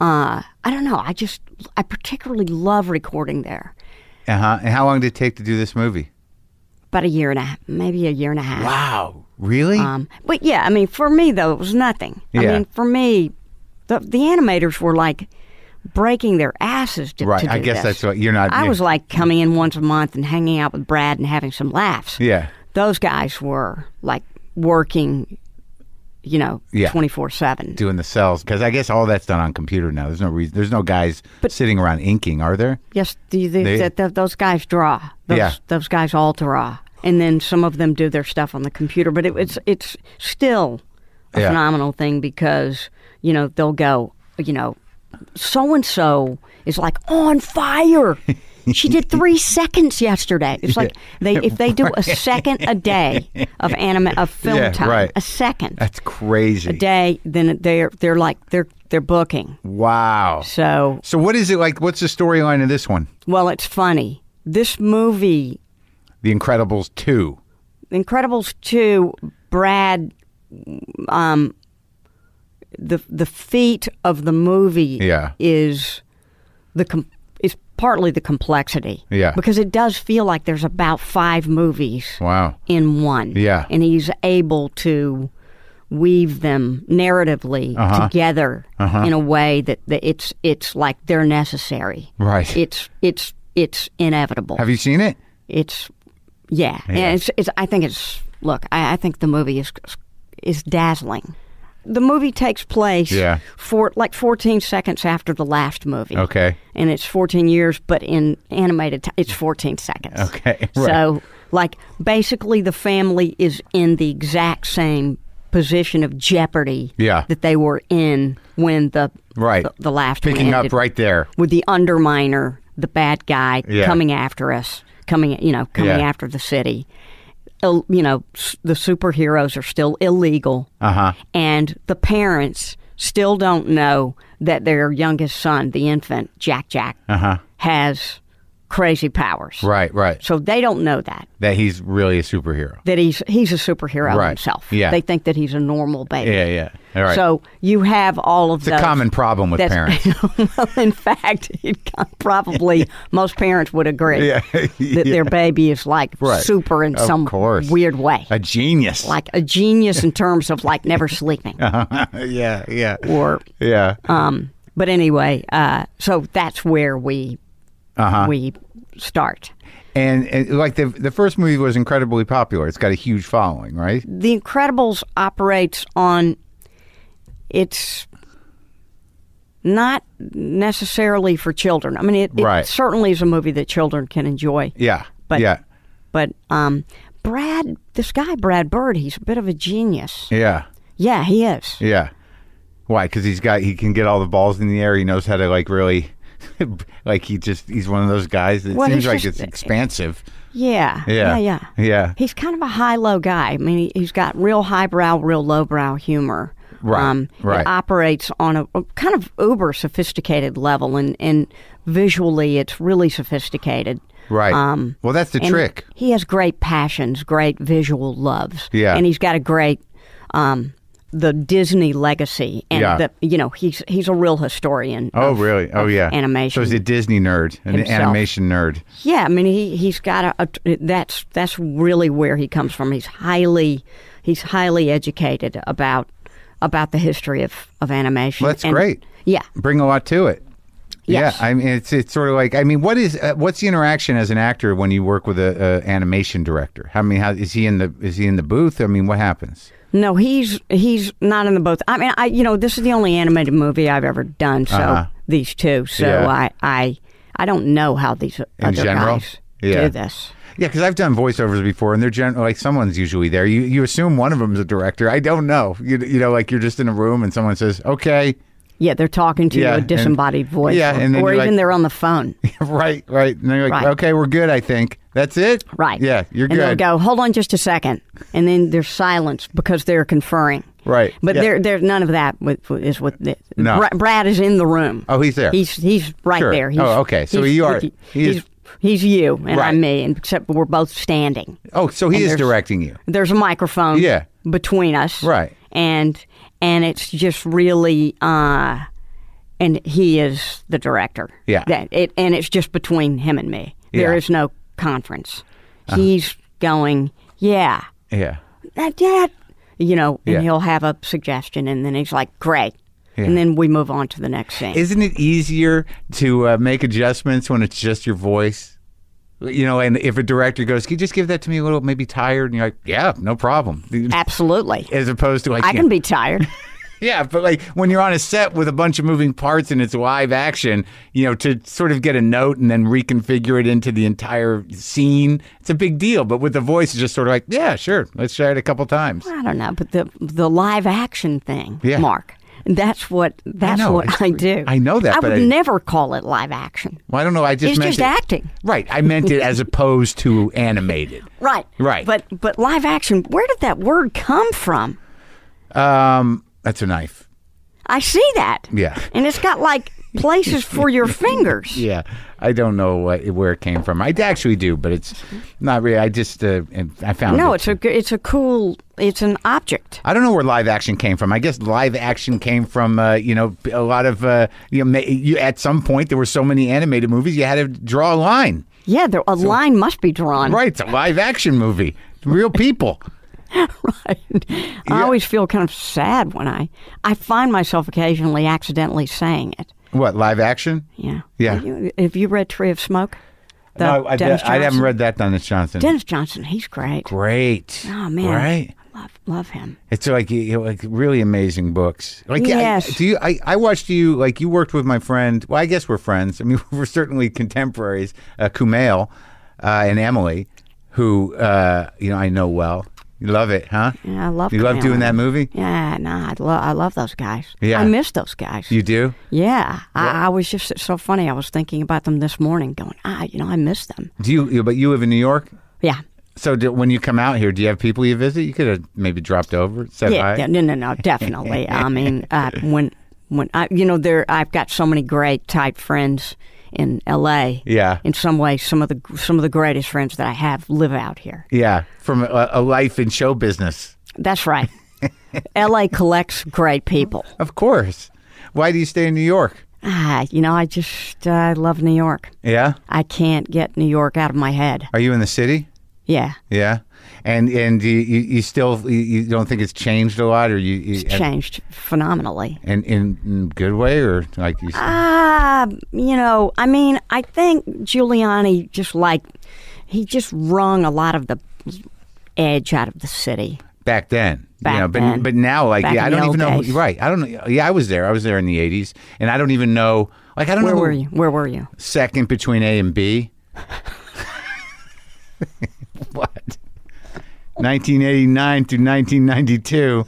S5: uh, I don't know. I just I particularly love recording there.
S4: Uh huh. And how long did it take to do this movie?
S5: About a year and a half, maybe a year and a half.
S4: Wow. Really?
S5: Um, but yeah, I mean, for me though, it was nothing.
S4: Yeah.
S5: I mean, for me, the the animators were like breaking their asses to,
S4: Right,
S5: to do
S4: I guess
S5: this.
S4: that's what- you're not-
S5: I
S4: you-
S5: was like coming in once a month and hanging out with Brad and having some laughs.
S4: yeah.
S5: Those guys were like working, you know,
S4: Yeah.
S5: twenty four seven.
S4: Doing the cells because I guess all that's done on computer now. There's no reason. There's no guys sitting around inking, are there?
S5: Yes, the, the,
S4: They-
S5: th- th- those guys draw. Those,
S4: Yeah.
S5: those guys all draw, and then some of them do their stuff on the computer. But it, it's it's still a
S4: Yeah.
S5: phenomenal thing because you know they'll go, you know, so and so is like
S4: (laughs)
S5: on fire. She did three seconds yesterday. It's like they if they
S4: (laughs)
S5: do a second a day of anime of film
S4: Yeah,
S5: time,
S4: right.
S5: a second
S4: That's crazy.
S5: a day, then they're they're like they're they're booking.
S4: Wow.
S5: So
S4: So what is it like? What's the storyline of this one?
S5: well, it's funny. This movie
S4: The Incredibles two.
S5: Incredibles two, Brad, um, the the feat of the movie
S4: Yeah.
S5: is the com- is partly the complexity.
S4: Yeah.
S5: because it does feel like there's about five movies
S4: Wow.
S5: in one.
S4: Yeah.
S5: and he's able to weave them narratively
S4: Uh-huh.
S5: together in a way that, that it's it's like they're necessary.
S4: Right.
S5: It's it's it's inevitable
S4: Have you seen it?
S5: it's yeah, And it's, it's i think it's look I, I think the movie is is dazzling the movie takes place
S4: Yeah.
S5: for like 14 seconds after the last movie
S4: Okay.
S5: and it's 14 years but in animated t- it's 14 seconds
S4: Okay, (laughs)
S5: so like basically the family is in the exact same position of jeopardy
S4: Yeah.
S5: that they were in when the
S4: Right.
S5: the, the last one
S4: Picking up
S5: ended
S4: right there.
S5: with the underminer, the bad guy
S4: Yeah.
S5: coming after us, coming you know coming
S4: Yeah.
S5: after the city. Il, you know s- the superheroes are still illegal,
S4: Uh-huh.
S5: and the parents still don't know that their youngest son, the infant Jack Jack, has crazy powers.
S4: Uh-huh. Right. Right.
S5: So they don't know that
S4: That he's really a superhero.
S5: that he's he's a superhero
S4: Right.
S5: himself.
S4: Yeah.
S5: they think that he's a normal baby.
S4: Yeah. Yeah. All right.
S5: So uh, you have all of
S4: it's a common problem with
S5: (laughs)
S4: parents.
S5: well, in fact, it got-
S4: (laughs)
S5: probably most parents would agree
S4: Yeah.
S5: that their baby is like
S4: Right.
S5: super in
S4: Of
S5: some
S4: course.
S5: weird way,
S4: a genius.
S5: like a genius in terms of like never sleeping
S4: (laughs) Uh-huh. yeah. Yeah.
S5: or.
S4: Yeah.
S5: Um, but anyway, uh, so that's where we
S4: Uh-huh.
S5: we start.
S4: and, and like the the first movie was incredibly popular. It's got a huge following, right?
S5: The Incredibles operates on it's not necessarily for children. I mean, it, it
S4: Right.
S5: certainly is a movie that children can enjoy.
S4: Yeah.
S5: But-
S4: yeah.
S5: But um, Brad, this guy Brad Bird, he's a bit of a genius.
S4: Yeah.
S5: Yeah, he is.
S4: Yeah. Why? Because he's got he can get all the balls in the air. He knows how to like really, (laughs) like he just he's one of those guys that
S5: Well,
S4: seems
S5: he's
S4: like
S5: just-
S4: it's expansive.
S5: Yeah,
S4: Yeah.
S5: yeah, yeah.
S4: Yeah.
S5: He's kind of a high-low guy. I mean, he, he's got real highbrow, real lowbrow humor.
S4: Right, right.
S5: It operates on a, a kind of uber sophisticated level, and and visually, it's really sophisticated.
S4: Right.
S5: um,
S4: well, that's the
S5: and
S4: trick.
S5: He has great passions, great visual loves.
S4: Yeah.
S5: And he's got a great um the Disney legacy and
S4: Yeah.
S5: the you know, he's he's a real historian.
S4: Oh,
S5: of-
S4: really? Oh,
S5: of
S4: yeah. So
S5: Animation.
S4: he's a Disney nerd, an
S5: Himself.
S4: animation nerd.
S5: yeah, I mean he he's got a, a that's that's really where he comes from. He's highly he's highly educated about about the history of, of animation.
S4: Well, that's
S5: And-
S4: great.
S5: Yeah.
S4: Bring a lot to it.
S5: Yes.
S4: Yeah, I mean it's it's sort of like I mean what is uh, what's the interaction as an actor when you work with a, a animation director? I mean, how is he in the is he in the booth? I mean, what happens?
S5: No, he's he's not in the both. I mean, I you know this is the only animated movie I've ever done. So these two. So
S4: Uh-huh. Yeah.
S5: I I I don't know how these other
S4: general?
S5: guys
S4: Yeah.
S5: do this.
S4: Yeah, because I've done voiceovers before, and they're generally like someone's usually there. You you assume one of them's a director. I don't know. You you know, like you're just in a room and someone says, "Okay, (laughs)
S5: Yeah, they're talking to
S4: Yeah,
S5: you a
S4: and-
S5: disembodied voice.
S4: yeah,
S5: or,
S4: and then
S5: or
S4: you're
S5: even
S4: like-
S5: they're on the phone.
S4: right, right," and they're like,
S5: Right.
S4: "Okay, we're good. I think that's it."
S5: Right.
S4: Yeah, you're
S5: and
S4: good.
S5: they'll go, hold on just a second, and then there's silence because they're conferring.
S4: Right.
S5: But
S4: Yeah.
S5: there, there's none of that. With, is with the,
S4: No.
S5: Bra- Brad is in the room.
S4: Oh, he's there.
S5: He's he's right
S4: Sure.
S5: there. He's,
S4: Oh, okay. So
S5: he's
S4: you are-
S5: with you.
S4: he is-
S5: he's he's you and
S4: Right.
S5: I'm me, and except we're both standing.
S4: oh, so he
S5: and
S4: is
S5: there's-
S4: directing you.
S5: There's a microphone.
S4: Yeah.
S5: Between us.
S4: Right.
S5: And and it's just really uh, and he is the director.
S4: Yeah.
S5: That it, and it's just between him and me. There
S4: Yeah. Uh-huh.
S5: is no conference. He's going, yeah,
S4: Yeah.
S5: that, that, you know, and
S4: Yeah.
S5: he'll have a suggestion, and then he's like, great. And then we move on to the next scene.
S4: Isn't it easier to uh, make adjustments when it's just your voice? You know, and if a director goes, "Can you just give that to me a little, maybe tired?" and you're like, "Yeah, no problem."
S5: Absolutely.
S4: (laughs) As opposed to like,
S5: I can be tired.
S4: (laughs) yeah, but like when you're on a set with a bunch of moving parts and it's live action, you know, to sort of get a note and then reconfigure it into the entire scene, it's a big deal. But with the voice, it's just sort of like, "Yeah, sure, let's try it a couple times."
S5: I don't know, but the the live action thing,
S4: Yeah.
S5: Mark. That's what that's
S4: know,
S5: what
S4: it's-
S5: I do.
S4: I know that,
S5: I
S4: but
S5: would
S4: I-
S5: never call it live action.
S4: Well, I don't know. I just
S5: It's
S4: meant
S5: just
S4: it-
S5: acting.
S4: Right, I meant it
S5: (laughs)
S4: as opposed to animated.
S5: Right.
S4: Right.
S5: But but live action, where did that word come from?
S4: Um, that's a knife.
S5: I see that.
S4: Yeah.
S5: And it's got like places for your
S4: (laughs)
S5: fingers.
S4: Yeah, I don't know what, where it came from. I actually do, but it's not really. I just uh, I found
S5: No,
S4: it.
S5: it's a g- it's a cool it's an object.
S4: I don't know where live action came from. I guess live action came from uh, you know a lot of uh, you know ma- you, at some point there were so many animated movies you had to draw a line.
S5: Yeah, there, a line must be drawn. (laughs)
S4: Right, it's a live action movie, real people.
S5: I
S4: Yeah.
S5: always feel kind of sad when I I find myself occasionally accidentally saying it.
S4: what live action?
S5: Yeah.
S4: Yeah.
S5: Have you, have you read Tree of Smoke? The
S4: no, I,
S5: Dennis
S4: I haven't
S5: Johnson?
S4: read that. Dennis Johnson.
S5: Dennis Johnson, he's great.
S4: Great.
S5: Oh man,
S4: Right.
S5: I love love him.
S4: It's like you know, like really amazing books. Like I-
S5: Yes.
S4: do you? I, I watched you like you worked with my friend. Well, I guess we're friends. I mean, (laughs) we're certainly contemporaries. Uh, Kumail uh, and Emily, who uh, you know I know well. You love it, huh?
S5: Yeah, I love
S4: You love
S5: Kumail.
S4: doing that movie.
S5: Yeah, nah, I love I love those guys.
S4: Yeah.
S5: I miss those guys.
S4: You do.
S5: yeah, I, I was just it's so funny. I was thinking about them this morning, going, ah, you know, I miss them.
S4: Do you? you- But you live in New York.
S5: Yeah,
S4: So do, when you come out here, do you have people you visit? You could have maybe dropped over, said
S5: yeah,
S4: hi.
S5: yeah, no, no, no,
S4: (laughs)
S5: definitely. I mean, uh, when when I, you know, there, I've got so many great tight friends in L.A.
S4: Yeah.
S5: in some ways, some of the some of the greatest friends that I have live out here.
S4: Yeah, from a, a life in show business,
S5: That's right. (laughs) L.A. collects great people.
S4: of course. Why do you stay in New York?
S5: Ah, you know, I just uh, love New York.
S4: Yeah.
S5: I can't get New York out of my head.
S4: Are you in the city?
S5: Yeah,
S4: Yeah, and and you, you you still you- you don't think it's changed a lot, or you, you
S5: it's changed phenomenally.
S4: and in, in good way, or like you,
S5: Ah, you know, I mean, I think Giuliani just like he just wrung a lot of the edge out of the city.
S4: back then.
S5: Back
S4: you know, but
S5: then.
S4: but now like
S5: Back
S4: yeah, I
S5: in the
S4: don't even
S5: old
S4: know.
S5: days.
S4: Right, I don't. know. Yeah, I was there. I was there in the eighties, and I don't even know. Like I don't
S5: Where
S4: know.
S5: were
S4: who-
S5: you? Where were you?
S4: Second between A and
S5: (laughs)
S4: B. what? Nineteen eighty nine to nineteen ninety two.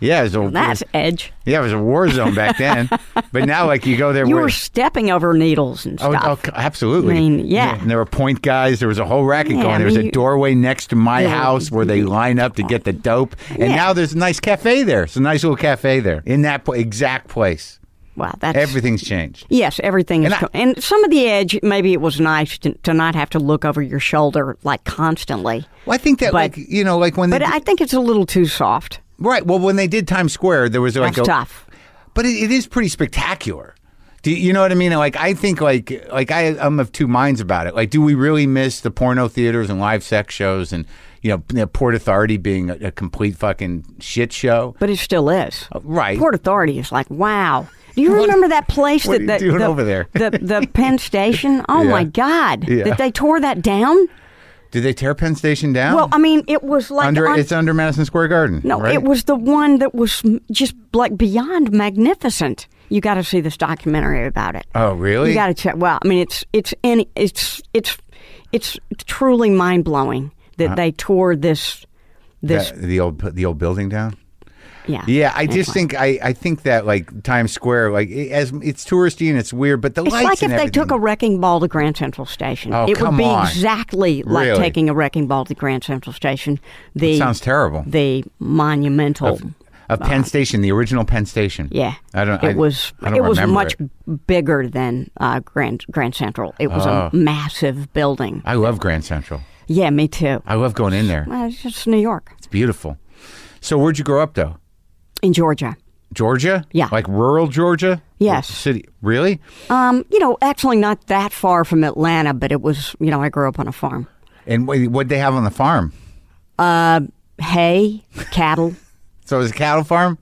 S4: Yeah, it was a,
S5: That's edge.
S4: yeah, it was a war zone back
S5: (laughs)
S4: then. but now, like you go there,
S5: You
S4: where-
S5: were stepping over needles and
S4: Oh,
S5: stuff.
S4: oh, c- absolutely.
S5: I mean, yeah.
S4: And there were point guys. There was a whole racket
S5: Yeah,
S4: going.
S5: I
S4: There was
S5: mean,
S4: a
S5: you-
S4: doorway next to my
S5: Yeah.
S4: house where they line up to get the dope. And
S5: Yeah.
S4: now there's a nice cafe there. It's a nice little cafe there in that pl- exact place.
S5: Wow, that's
S4: Everything's changed.
S5: Yes, everything is.
S4: And I-
S5: co- and some of the edge, maybe it was nice to, to not have to look over your shoulder like constantly.
S4: Well, I think that, like,
S5: But-
S4: you know, like when they
S5: But I think it's a little too soft.
S4: right. Well, when they did Times Square, there was like
S5: That's
S4: a,
S5: tough.
S4: but it, it is pretty spectacular. Do you- you know what I mean? Like I think like like I, I'm of two minds about it. Like, do we really miss the porno theaters and live sex shows and you know the Port Authority being a, a complete fucking shit show?
S5: But it still is.
S4: Uh, right.
S5: Port Authority is like, wow. Do you remember that place
S4: what
S5: that,
S4: are you doing
S5: that the,
S4: over there?
S5: the
S4: (laughs)
S5: the Penn Station? Oh
S4: Yeah.
S5: my God!
S4: Yeah.
S5: That they tore that down.
S4: Did they tear Penn Station down?
S5: Well, I mean, it was like
S4: Oh. under
S5: on-
S4: it's under Madison Square Garden.
S5: no,
S4: right?
S5: it was the one that was m- just like beyond magnificent. You got to see this documentary about it.
S4: Oh, really?
S5: You got to check. Well, I mean, it's it's in it's it's it's truly mind blowing
S4: Uh-huh.
S5: that they tore this this
S4: That- the old the old building down.
S5: yeah
S4: Yeah, I just think I, I think that like Times Square, like it, as it's touristy and it's weird, but the
S5: It's
S4: lights
S5: like if
S4: and
S5: they took a
S4: everything-
S5: wrecking ball to Grand Central Station.
S4: Oh,
S5: it
S4: come
S5: would be
S4: on.
S5: exactly like
S4: Really?
S5: taking a wrecking ball to Grand Central Station. The
S4: sounds terrible.
S5: The monumental.
S4: of Penn Station, the original Penn Station.
S5: yeah,
S4: I don't.
S5: It
S4: I-
S5: was.
S4: I don't
S5: it was
S4: remember
S5: much
S4: it. Oh.
S5: bigger than uh, Grand Grand Central. It was a massive building.
S4: I love Grand Central.
S5: Yeah, me too. Uh,
S4: I love going in there.
S5: Well, it's just New York
S4: It's beautiful. So where'd you grow up though?
S5: in Georgia.
S4: Georgia?
S5: Yeah.
S4: Like rural Georgia?
S5: Yes.
S4: Or City. Really?
S5: Um, you know, actually not that far from Atlanta, but it was, you know, I grew up on a farm.
S4: And what would they have on the farm?
S5: Hay,
S4: (laughs)
S5: cattle,
S4: So it was a cattle farm?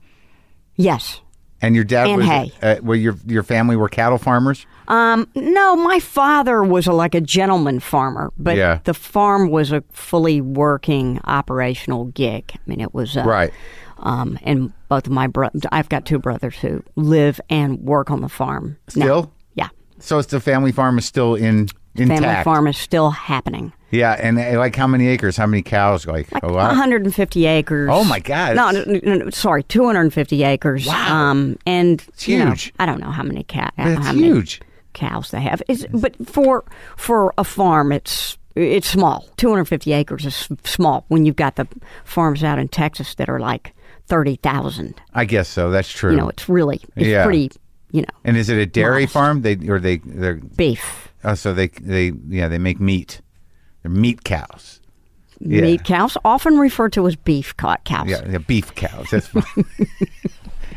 S5: yes.
S4: And your dad
S5: And
S4: was
S5: hay.
S4: Uh, well, your your family were cattle farmers?
S5: Um, no, my father was a, like a gentleman farmer, but
S4: Yeah.
S5: the farm was a fully working operational gig. I mean, it was uh,
S4: Right.
S5: Um, and both of my bro- I've got two brothers who live and work on the farm. now.
S4: Still?
S5: yeah,
S4: So it's the family farm is still in intact.
S5: family farm is still happening.
S4: Yeah, and uh, like how many acres? How many cows? Like, a lot?
S5: 150 acres.
S4: Oh, my God.
S5: No, no, no, no, sorry, 250 acres.
S4: Wow.
S5: Um, and you know,
S4: huge.
S5: I don't know how many cows.
S4: That's
S5: how many
S4: huge.
S5: cows they have. It's, but for for a farm, it's it's small. 250 acres is s- small when you've got the farms out in Texas that are like 30,000.
S4: I guess so. That's true.
S5: You know, it's really it's
S4: Yeah.
S5: pretty. You know,
S4: and is it a dairy
S5: Lost.
S4: farm? They or they they're
S5: beef,
S4: oh, so they they yeah they make meat. They're meat cows. Yeah.
S5: meat cows, often referred to as beef co- cows.
S4: Yeah, yeah beef cows. That's
S5: (laughs)
S4: fine.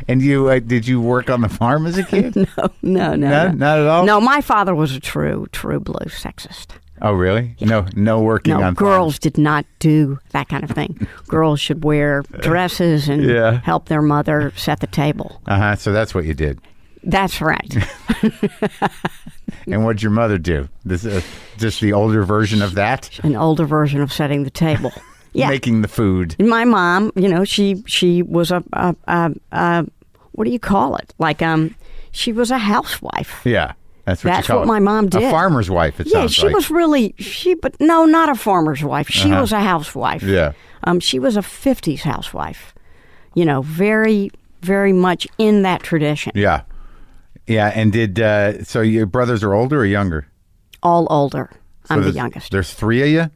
S4: and you uh, did you work on the farm as a kid?
S5: (laughs) No, no, no,
S4: No,
S5: no.
S4: not at all?
S5: No, my father was a true, true blue sexist.
S4: Oh, really? No, no working
S5: No,
S4: on farms.
S5: girls did not do that kind of
S4: (laughs)
S5: thing. girls should wear dresses and
S4: Yeah.
S5: help their mother set the table.
S4: Uh huh. So that's what you did.
S5: That's
S4: (laughs)
S5: right.
S4: And what'd your mother do? This uh, just the older version of that,
S5: An older version of setting the table. Yeah.
S4: making the food.
S5: And my mom, you know, she she was a, a, a, a what do you call it? Like um, she was a housewife.
S4: Yeah, that's what
S5: That's
S4: you call
S5: what
S4: it.
S5: my mom
S4: A
S5: did.
S4: farmer's wife. It
S5: Yeah,
S4: sounds
S5: she
S4: like.
S5: was really she, but no, not a farmer's wife. She
S4: Uh-huh.
S5: was a housewife.
S4: Yeah.
S5: um, she was a '50s housewife. You know, very very much in that tradition.
S4: Yeah, yeah. And did uh, so? Your brothers are older or younger?
S5: all older.
S4: So
S5: I'm the
S4: there's-
S5: youngest.
S4: There's three of you.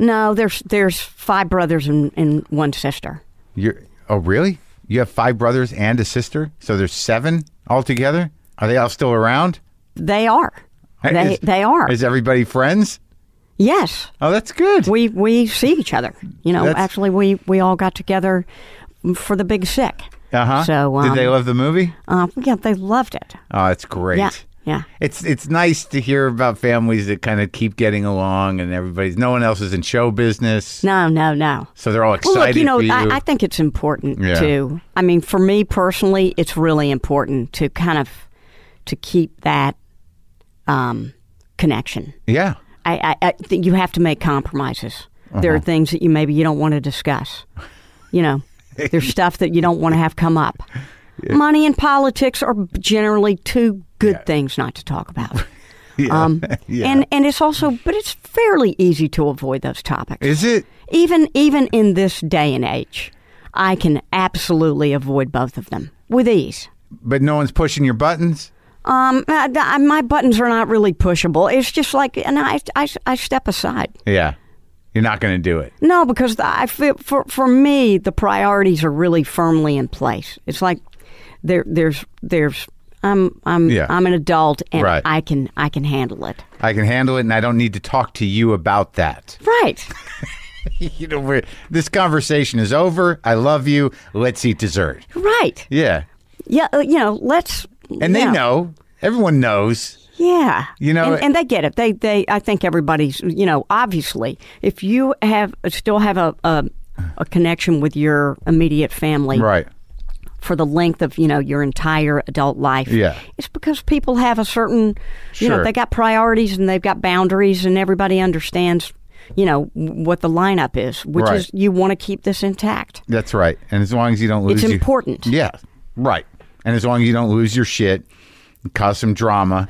S5: No, there's there's five brothers and, and one sister.
S4: You're oh really? You have five brothers and a sister, so there's seven altogether. Are they all still around?
S5: They are. They
S4: Is-
S5: they are.
S4: Is everybody friends?
S5: yes.
S4: Oh, that's good.
S5: We we see each other. You know,
S4: That's-
S5: actually we, we all got together for the big sick.
S4: Uh huh.
S5: So um,
S4: did they love the movie?
S5: uh, yeah, they loved it.
S4: Oh, it's great.
S5: Yeah. Yeah.
S4: It's it's nice to hear about families that kind of keep getting along, and everybody's no one else is in show business,
S5: No, no, no.
S4: so they're all
S5: Well,
S4: excited
S5: look, you know,
S4: for you.
S5: I, I think it's important
S4: Yeah.
S5: to. I mean, for me personally, it's really important to kind of to keep that um, connection.
S4: yeah,
S5: I, I, I think you have to make compromises. There are things that you maybe you don't want to discuss. You know, there's stuff that you don't want to have come up. Money and politics are generally two good things not to talk about. Um, And and it's also, but it's fairly easy to avoid those topics.
S4: is it?
S5: even even in this day and age, I can absolutely avoid both of them with ease.
S4: But no one's pushing your buttons.
S5: Um, I- I- my buttons are not really pushable. It's just like, and I, I, I step aside.
S4: Yeah, you're not going to do it.
S5: No, because the- I feel for for me the priorities are really firmly in place. It's like there there's there's I'm I'm
S4: Yeah.
S5: I'm an adult and
S4: Right.
S5: I can I can handle it.
S4: I can handle it, and I don't need to talk to you about that. (laughs)
S5: Right.
S4: you know, we're, this conversation is over. I love you. Let's eat dessert.
S5: Right.
S4: Yeah,
S5: Yeah, uh, you know, let's
S4: and they
S5: yeah.
S4: know. Everyone knows.
S5: Yeah.
S4: You know-
S5: and, and they get it. They they I think everybody's, you know, obviously if you have still have a a, a connection with your immediate family
S4: Right.
S5: for the length of you know your entire adult life.
S4: Yeah.
S5: it's because people have a certain, you
S4: Sure.
S5: know, they got priorities and they've got boundaries, and everybody understands, you know, w- what the lineup is, which
S4: Right.
S5: is you want to keep this intact.
S4: That's right. And as long as you don't lose,
S5: It's
S4: your-
S5: important.
S4: Yeah, right. And as long as you don't lose your shit, and cause some
S5: (laughs)
S4: drama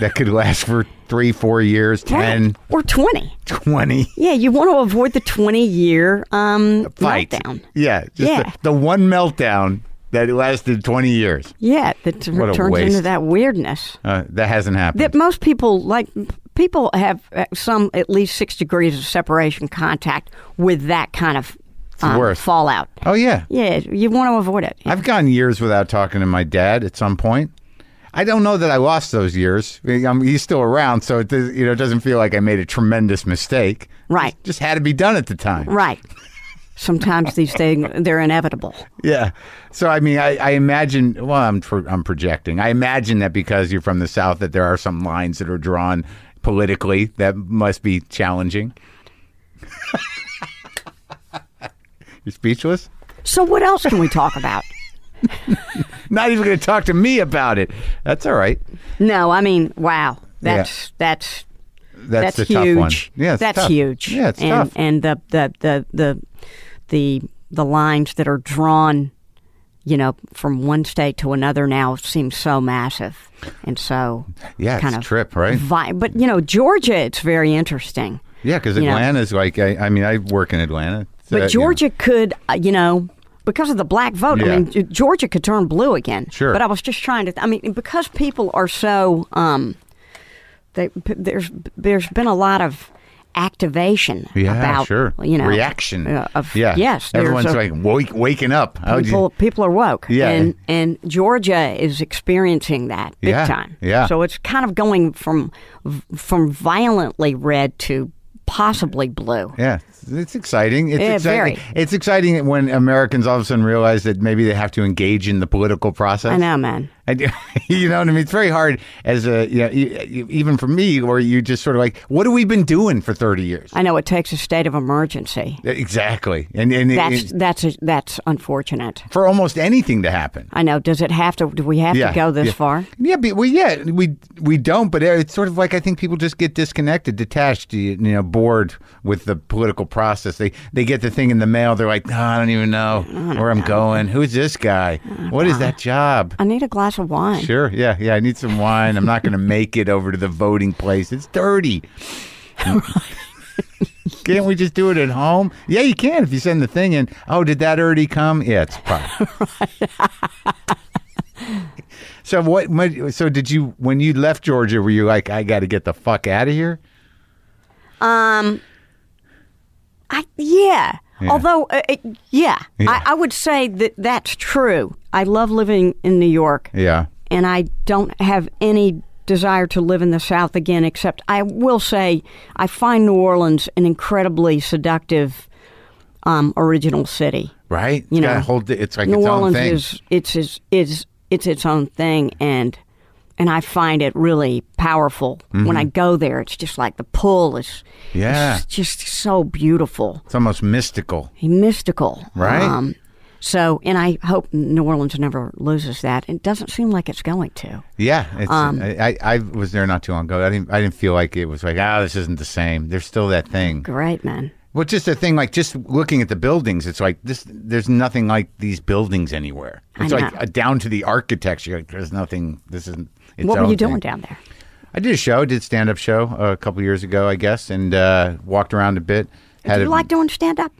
S4: that could last for three, four years, ten,
S5: Right. or twenty.
S4: twenty. 10, 20
S5: Yeah, you want to avoid the twenty-year um,
S4: fights.
S5: meltdown.
S4: Yeah, just
S5: Yeah.
S4: The, the one meltdown that lasted 20 years.
S5: Yeah, that
S4: What a
S5: turns into
S4: waste.
S5: that weirdness.
S4: Uh, that hasn't happened.
S5: that most people like people have uh, some at least six degrees of separation contact with that kind of um,
S4: worst.
S5: fallout.
S4: oh, yeah.
S5: Yeah, you want to avoid it.
S4: I've gone years without talking to my dad at some point. I don't know that I lost those years. I mean, I'm, he's still around, so it, does, you know, it doesn't feel like I made a tremendous mistake.
S5: Right.
S4: Just, just had to be done at the time.
S5: Right. sometimes these things they're inevitable.
S4: Yeah. So I mean, I, I imagine. Well, I'm pro- I'm projecting. I imagine that because you're from the South, that there are some lines that are drawn politically that must be challenging. (laughs) you're speechless.
S5: So what else can we talk about?
S4: Not even going to talk to me about it. That's all right.
S5: No, I mean, wow. That's that's
S4: That's, the
S5: that's huge.
S4: tough one. Yeah, it's
S5: that's
S4: tough.
S5: huge.
S4: Yeah, it's
S5: and,
S4: tough.
S5: And the the, the the the the lines that are drawn, you know, from one state to another now seems so massive, and so
S4: Yeah, it's
S5: kind
S4: a
S5: of mm-hmm.
S4: trip, right?
S5: Vi- but you know, Georgia, it's very interesting.
S4: Yeah, because
S5: you know.
S4: Atlanta's like. I, I mean, I work in Atlanta. so that,
S5: But
S4: you know.
S5: Georgia could, uh, you know, because of the black vote,
S4: Yeah.
S5: I mean, G- Georgia could turn blue again.
S4: Sure.
S5: But I was just trying to, I mean, because people are so, um, they, p- there's there's been a lot of activation
S4: Yeah,
S5: about,
S4: sure.
S5: you know,
S4: reaction.
S5: uh, of,
S4: yeah.
S5: Yes. there's
S4: Everyone's
S5: a-
S4: like wake, waking up. How would you-
S5: People, people are woke,
S4: Yeah.
S5: and and Georgia is experiencing that big
S4: Yeah,
S5: time.
S4: yeah.
S5: so it's kind of going from from violently red to possibly blue.
S4: Yeah, it's exciting. It's
S5: Yeah,
S4: exciting.
S5: very.
S4: It's exciting when Americans all of a sudden realize that maybe they have to engage in the political process.
S5: I know, man.
S4: I do- (laughs) you know what I mean? It's very hard as a you know, e- e- even for me, where you just sort of like, what have we been doing for thirty years?
S5: I know it takes a state of emergency.
S4: Exactly, and and it-
S5: That's
S4: it-
S5: that's that's unfortunate.
S4: for almost anything to happen.
S5: I know. Does it have to? Do we have to go this
S4: yeah.
S5: far?
S4: Yeah, but, well, yeah, we we don't. But uh, it's sort of like I think people just get disconnected, detached, you, you know, bored with the political process. They they get the thing in the mail. They're like, "No, I don't even know Uh-huh. where I'm going. Who's this guy? What is that job?
S5: I need a glass of wine.
S4: Sure, yeah, yeah. I need some wine. I'm not going to make it over to the voting place. It's
S5: (laughs)
S4: dirty. Can't we just do it at home? Yeah, you can if you send the thing in. Oh, did that already come? Yeah, it's
S5: (laughs)
S4: probably. so what? my- So did you when you left Georgia? Were you like, I got to get the fuck out of here?
S5: Um. I yeah.
S4: Yeah.
S5: Although, uh, it, yeah,
S4: Yeah.
S5: I, I would say that that's true. I love living in New York,
S4: Yeah,
S5: and I don't have any desire to live in the South again. Except, I will say, I find New Orleans an incredibly seductive, um, original city.
S4: right.
S5: You
S4: It's
S5: know,
S4: got a whole di- it's like
S5: New
S4: its own
S5: Orleans
S4: thing.
S5: is it's is is it's its own thing, and and I find it really powerful when I go there. It's just like the pull is
S4: Mm-hmm. Yeah.
S5: it's just so beautiful,
S4: it's almost mystical.
S5: mystical, Um,
S4: Right.
S5: so, and I hope New Orleans never loses that. It doesn't seem like it's going to.
S4: Yeah, it's,
S5: Um,
S4: I, I I was there not too long ago. I didn't I didn't feel like it was like ah this isn't the same. There's still that thing.
S5: Great man.
S4: Well, just the thing, like just looking at the buildings, it's like this. There's nothing like these buildings anywhere.
S5: I
S4: It's like
S5: know.
S4: uh, down to the architecture. Like there's nothing. This isn't. Its
S5: what were
S4: own
S5: you
S4: thing.
S5: doing down there?
S4: I did a show, did stand up show uh, a couple years ago, I guess, and uh, walked around a bit.
S5: Do you
S4: a-
S5: like doing stand up?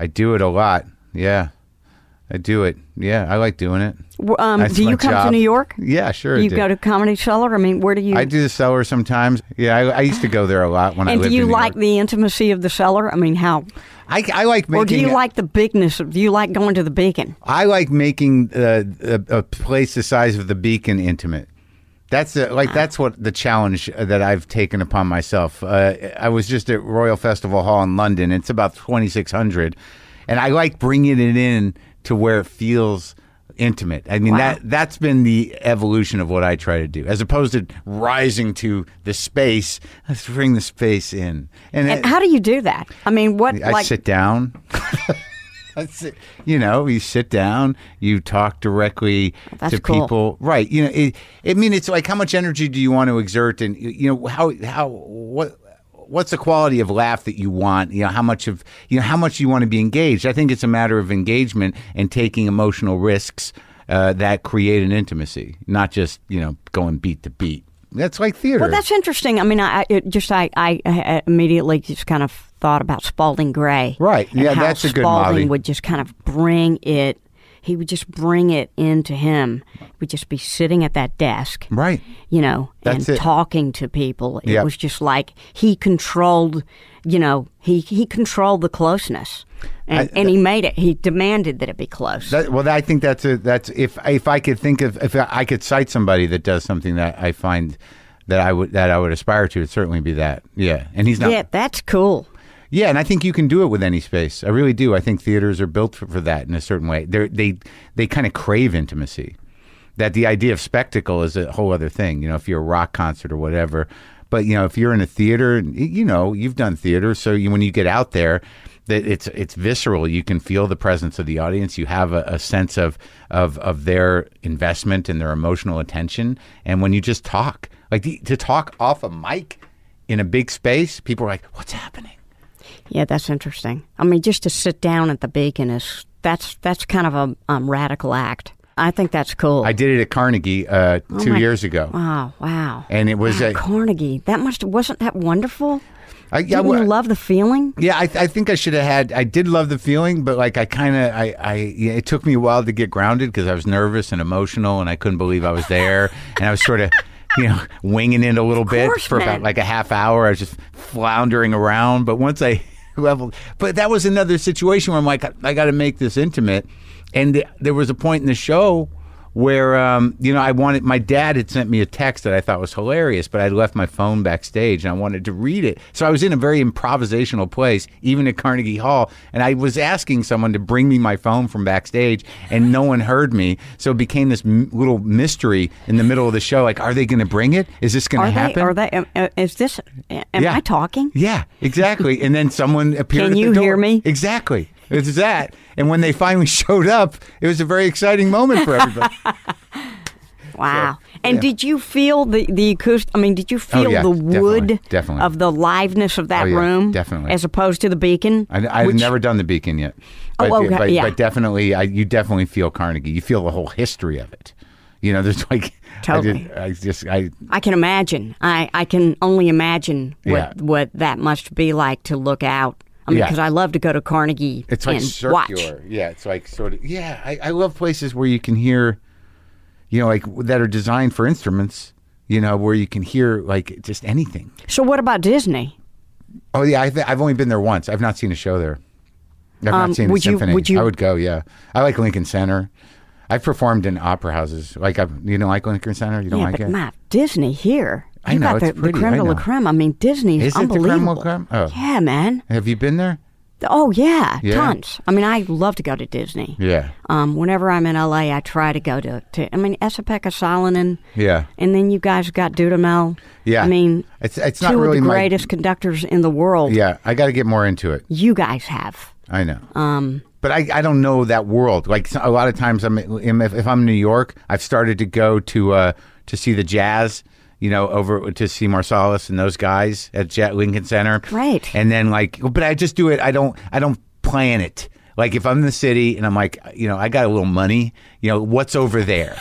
S4: I do it a lot. Yeah, I do it. Yeah, I like doing it.
S5: Um,
S4: That's
S5: do
S4: my
S5: you come to
S4: job.
S5: New York?
S4: Yeah, sure. I
S5: you
S4: do.
S5: go to Comedy Cellar? I mean, where do you?
S4: I do the cellar sometimes. Yeah, I, I used to go there a lot when I
S5: and
S4: lived
S5: do you
S4: in New
S5: like
S4: York.
S5: the intimacy of the cellar? I mean, how
S4: I, I like making.
S5: Or do you like the bigness? of- Do you like going to the beacon?
S4: I like making uh, a, a place the size of the beacon intimate. That's the,
S5: Ah.
S4: like that's what the challenge uh, that I've taken upon myself. Uh, I was just at Royal Festival Hall in London. It's about twenty six hundred, and I like bringing it in to where it feels intimate. I mean
S5: Wow.
S4: that that's been the evolution of what I try to do, as opposed to rising to the space. Let's bring the space in,
S5: And how do you do that? I mean, what
S4: I
S5: like
S4: sit down. (laughs) I sit- you know, you sit down, you talk directly
S5: That's
S4: to
S5: cool.
S4: people, right? You know, it, I mean, it's like how much energy do you want to exert, and you know how how what. What's the quality of laugh that you want? You know how much of you know how much you want to be engaged. I think it's a matter of engagement and taking emotional risks uh, that create an intimacy, not just you know going beat to beat. That's like theater.
S5: Well, that's interesting. I mean, I I- it just I, I I immediately just kind of thought about Spalding Gray,
S4: Right.
S5: and
S4: Yeah,
S5: how
S4: that's a good
S5: Spalding
S4: Molly.
S5: would just kind of bring it. He would just bring it into him. He would just be sitting at that desk,
S4: right.
S5: you know,
S4: That's
S5: and
S4: it.
S5: talking to people. It
S4: Yep.
S5: was just like he controlled, you know, he he controlled the closeness, and, and he made it. He demanded that it be close.
S4: That, well, I think that's a, that's if if I could think of if I could cite somebody that does something that I find that I would that I would aspire to, it'd certainly be that. Yeah, and he's not.
S5: yeah, that's cool.
S4: Yeah, and I think you can do it with any space. I really do. I think theaters are built for, for that in a certain way. They're, they they kind of crave intimacy. That the idea of spectacle is a whole other thing. You know, if you're a rock concert or whatever, but you know, if you're in a theater, y- you know, you've done theater, so you, when you get out there, that it's it's visceral. You can feel the presence of the audience. You have a, a sense of of of their investment and their emotional attention. And when you just talk, like the, to talk off a mic in a big space, people are like, "What's happening?"
S5: Yeah, that's interesting. I mean, just to sit down at the Beacon is that's that's kind of a um, radical act. I think that's cool.
S4: I did it at Carnegie uh, two
S5: Oh my-
S4: years ago,
S5: wow, wow.
S4: and it was
S5: Wow,
S4: a-
S5: Carnegie. That must wasn't that wonderful.
S4: I, yeah,
S5: Didn't
S4: well,
S5: you love the feeling?
S4: yeah. I, I think I should have had. I did love the feeling, but like I kind of, I, I, yeah, it took me a while to get grounded because I was nervous and emotional, and I couldn't believe I was there, and I was sort of. You know, winging it a little bit
S5: course,
S4: for about
S5: man.
S4: like a half hour. I was just floundering around. But once I (laughs) leveled, but that was another situation where I'm like, I got to make this intimate. And th- there was a point in the show where um, you know I wanted my dad had sent me a text that I thought was hilarious, but I left my phone backstage and I wanted to read it. So I was in a very improvisational place, even at Carnegie Hall, and I was asking someone to bring me my phone from backstage, and no one heard me. So it became this m- little mystery in the middle of the show. Like, are they going to bring it? Is this going
S5: Are
S4: to happen?
S5: they? Are they? Am, uh, is this? Am
S4: Yeah.
S5: I talking?
S4: Yeah, exactly. And then someone appeared. at
S5: Can
S4: the
S5: you
S4: door.
S5: hear me?
S4: Exactly. It's that. And when they finally (laughs) showed up, it was a very exciting moment for everybody.
S5: Wow.
S4: So, (laughs)
S5: and
S4: yeah. Oh,
S5: did you feel the the acoustic? I mean, did you feel
S4: yeah,
S5: the
S4: definitely,
S5: wood
S4: definitely.
S5: of the liveness of that
S4: Oh, yeah,
S5: room?
S4: definitely.
S5: As opposed to the beacon.
S4: (laughs) I, I've
S5: which-
S4: never done the Beacon yet.
S5: Oh,
S4: But,
S5: okay,
S4: but,
S5: yeah.
S4: but definitely, I, you definitely feel Carnegie. You feel the whole history of it. You know, there's like
S5: Totally.
S4: I, did, I just I
S5: I can imagine. I, I can only imagine what
S4: Yeah.
S5: what that must be like to look out. I mean,
S4: Yeah.
S5: because I love to go to Carnegie
S4: it's like
S5: and
S4: circular.
S5: watch.
S4: Yeah, it's like sort of yeah. I, I love places where you can hear, you know, like that are designed for instruments. You know, where you can hear like just anything.
S5: So, what about Disney?
S4: Oh yeah, I've, I've only been there once. I've not seen a show there. I've
S5: Um,
S4: not seen
S5: would
S4: a
S5: you-
S4: symphony.
S5: would you-
S4: I would go. Yeah, I like Lincoln Center. I've performed in opera houses. Like I've, you don't like Lincoln Center? You don't
S5: yeah,
S4: like it?
S5: but Matt, Disney here.
S4: Oh, I
S5: you
S4: know,
S5: got the,
S4: it's pretty,
S5: the creme
S4: I
S5: de la
S4: know.
S5: creme. I mean, Disney is,
S4: Is it the creme de la
S5: unbelievable.
S4: creme? Oh.
S5: Yeah, man.
S4: Have you been there?
S5: Oh, yeah,
S4: Yeah.
S5: tons. I mean, I love to go to Disney.
S4: Yeah.
S5: Um, whenever I'm in LA, I try to go to. to I mean, Esapekka Salonen.
S4: Yeah.
S5: And then you guys got Dudamel.
S4: Yeah.
S5: I mean,
S4: It's- it's
S5: two
S4: not really
S5: of the
S4: my-
S5: greatest conductors in the world.
S4: Yeah. I got to get more into it.
S5: You guys have.
S4: I know. Um, but I, I don't know that world. Like so- a lot of times, I'm um, if, if I'm in New York, I've started to go to uh, to see the jazz. You know, over to see Marsalis and those guys at Jet Lincoln Center.
S5: Right.
S4: And then like, but I just do it. I don't. I don't plan it. Like if I'm in the city and I'm like, you know, I got a little money. You know, what's over there?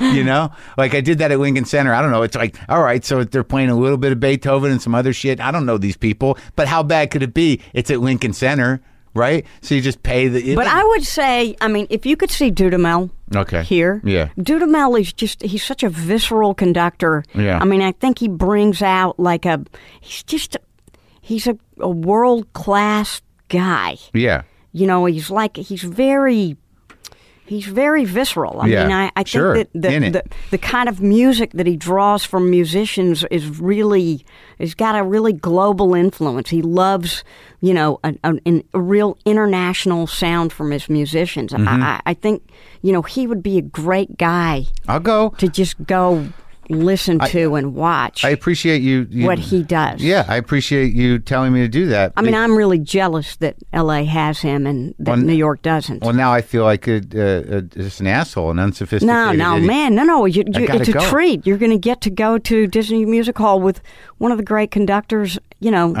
S4: you know, like I did that at Lincoln Center. I don't know. It's like, all right, so they're playing a little bit of Beethoven and some other shit. I don't know these people, but how bad could it be? It's at Lincoln Center, right? So you just pay the.
S5: But I would say, I mean, if you could see Dudamel
S4: Okay.
S5: here,
S4: Yeah.
S5: Dudamel is just—he's such a visceral conductor.
S4: Yeah.
S5: I mean, I think he brings out like a—he's just—he's a, a world-class guy.
S4: yeah,
S5: You know, he's like he's very. He's very visceral. I
S4: Yeah,
S5: mean, I, I think
S4: sure,
S5: that the,
S4: in it.
S5: the the kind of music that he draws from musicians is really he's got a really global influence. He loves, you know, a, a, an- a real international sound from his musicians.
S4: Mm-hmm.
S5: I, I, I think, you know, he would be a great guy
S4: I'll go.
S5: to just go listen to and watch.
S4: I appreciate you, you-
S5: What he does.
S4: Yeah, I appreciate you telling me to do that.
S5: I mean, I'm really jealous that L.A. has him and that New York doesn't.
S4: well, now I feel like a, a, a, just an asshole, an unsophisticated.
S5: No, no,
S4: idiot.
S5: man, no, no. You,
S4: I
S5: you,
S4: gotta
S5: it's a
S4: go.
S5: treat. You're going to get to go to Disney Music Hall with one of the great conductors, you know,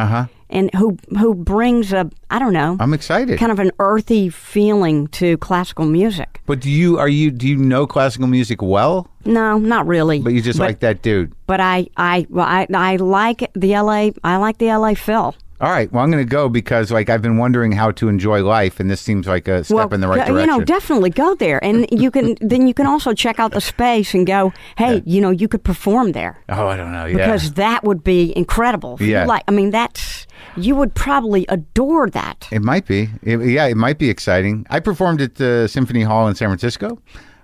S5: and who who brings a I don't know,
S4: Uh-huh. I'm excited.
S5: kind of an earthy feeling to classical music.
S4: but do you are you do you know classical music well?
S5: No, not really.
S4: But you just like that dude.
S5: But I, I, well, I, I like the L.A. I like the L.A. Phil.
S4: All right. Well, I'm going to go because like I've been wondering how to enjoy life, and this seems like a step in the right
S5: go-
S4: direction.
S5: You know, definitely go there, and you can (laughs) then you can also check out the space and go. Hey, you know, you could perform there.
S4: oh, I don't know. Yeah.
S5: because that would be incredible. You
S4: Yeah.
S5: Like, I mean, that's you would probably adore that.
S4: it might be. It- yeah, it might be exciting. I performed at the Symphony Hall in San Francisco,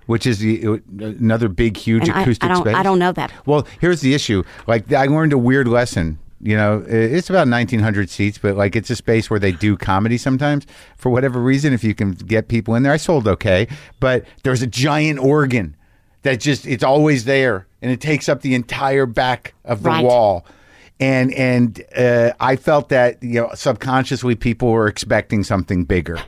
S4: which is the, another big, huge
S5: And I,
S4: acoustic
S5: I don't,
S4: space.
S5: I don't know that.
S4: Well, here's the issue. Like I learned a weird lesson You know, i- it's about 1,900 seats, but like it's a space where they do comedy sometimes. For whatever reason, if you can get people in there, I sold okay, but there's a giant organ that just it's always there, and it takes up the entire back of the
S5: Right.
S4: wall. And and uh, I felt that you know subconsciously people were expecting something
S5: (laughs)
S4: bigger.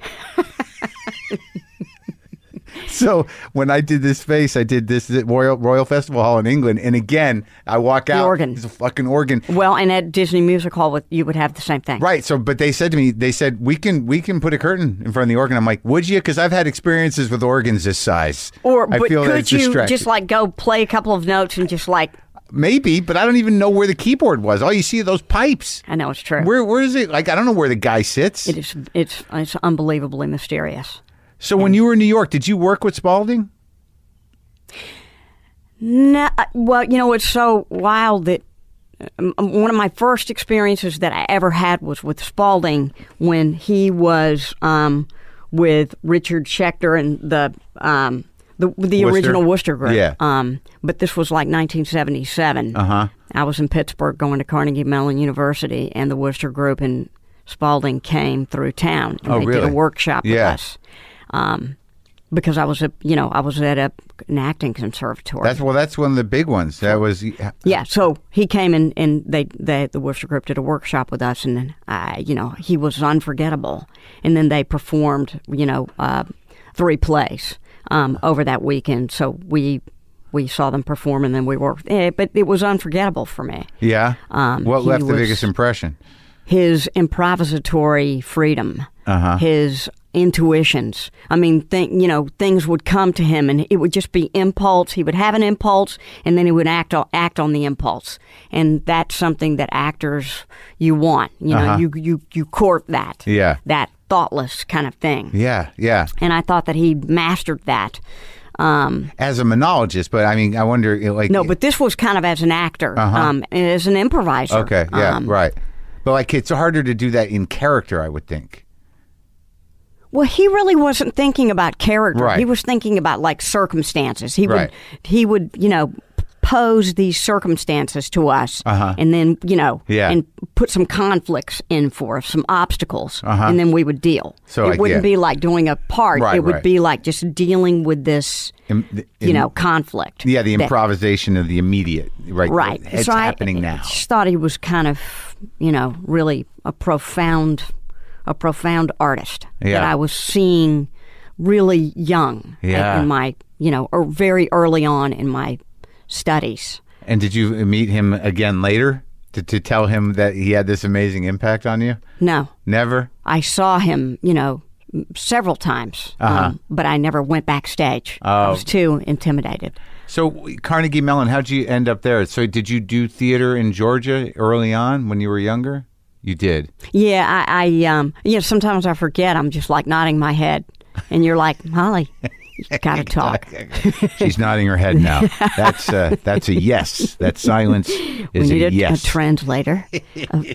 S4: So when I did this face, I did this at Royal, Royal Festival Hall in England, and again I walk out.
S5: organ.
S4: It's a fucking organ,
S5: Well, and at Disney Music Hall, with, you would have the same thing.
S4: right? So, but they said to me, they said we can we can put a curtain in front of the organ. I'm like, would you? Because I've had experiences with organs this size.
S5: Or
S4: I
S5: but
S4: feel that
S5: could
S4: it's
S5: you
S4: distracting.
S5: just like go play a couple of notes and just like
S4: maybe? But I don't even know where the keyboard was. All you see are those pipes.
S5: I know it's true.
S4: Where where is it? Like I don't know where the guy sits.
S5: it is it's it's unbelievably mysterious.
S4: so when you were in New York, did you work with Spalding?
S5: No, I- uh, well, you know it's so wild that um, one of my first experiences that I ever had was with Spalding when he was um, with Richard Schechter and the um, the the
S4: Worcester?
S5: original Worcester group.
S4: Yeah.
S5: Um, but this was like 1977.
S4: Uh-huh.
S5: I was in Pittsburgh going to Carnegie Mellon University, and the Worcester group and Spalding came through town. And
S4: Oh,
S5: they
S4: really?
S5: Did a workshop with
S4: Yeah.
S5: us. Um, because I was a, you know, I was at a, an acting conservatory.
S4: That's well, that's one of the big ones. That was
S5: Yeah, so he came and and they, they the Worcester group did a workshop with us, and I, you know, he was unforgettable. And then they performed, you know, uh, three plays um, over that weekend. So we we saw them perform, and then we were, eh, but it was unforgettable for me.
S4: yeah.
S5: Um,
S4: what
S5: he
S4: left the
S5: was-
S4: biggest impression?
S5: His improvisatory freedom,
S4: Uh-huh.
S5: his intuitions. I mean, th- you know, things would come to him, and it would just be impulse. He would have an impulse, and then he would act on, act on the impulse, and that's something that actors you want. You know, you you you court that.
S4: Uh-huh. Yeah.
S5: that thoughtless kind of thing.
S4: Yeah, yeah.
S5: And I thought that he mastered that. Um,
S4: as a monologist, but I mean, I wonder, you know, like,
S5: no, but this was kind of as an actor, um, and as an improviser.
S4: Uh-huh. okay, yeah,
S5: Um,
S4: right. But like, it's harder to do that in character, I would think.
S5: Well, he really wasn't thinking about character.
S4: Right.
S5: He was thinking about like circumstances. He
S4: Right.
S5: would he would you know pose these circumstances to us, and then you know
S4: Uh-huh. Yeah.
S5: and put some conflicts in for us, some obstacles, and then we would deal.
S4: Uh-huh. So,
S5: it
S4: like,
S5: wouldn't
S4: yeah.
S5: be like doing a part.
S4: Right,
S5: it would
S4: right.
S5: be like just dealing with this
S4: Im- the-
S5: you
S4: im-
S5: know conflict.
S4: yeah, the
S5: that-
S4: improvisation of the immediate, right?
S5: Right.
S4: It's
S5: so
S4: happening
S5: I,
S4: now.
S5: Just thought he was kind of, you know, really a profound, a profound artist
S4: Yeah.
S5: that I was seeing really young in-
S4: Yeah.
S5: in my, you know, or very early on in my studies.
S4: And did you meet him again later to, to tell him that he had this amazing impact on you?
S5: No,
S4: Never.
S5: I saw him, you know, m- several times,
S4: Uh-huh.
S5: um, but I never went backstage.
S4: Oh.
S5: I was too intimidated.
S4: So Carnegie Mellon, how'd you end up there? So did you do theater in Georgia early on when you were younger? You did.
S5: Yeah, I, I um, you know, sometimes I forget. I'm just like nodding my head, and you're like, Molly,
S4: (laughs)
S5: you got to talk. (laughs)
S4: She's nodding her head now. That's uh, that's a yes. That silence is
S5: we need
S4: a
S5: a,
S4: yes. (laughs)
S5: a translator, a,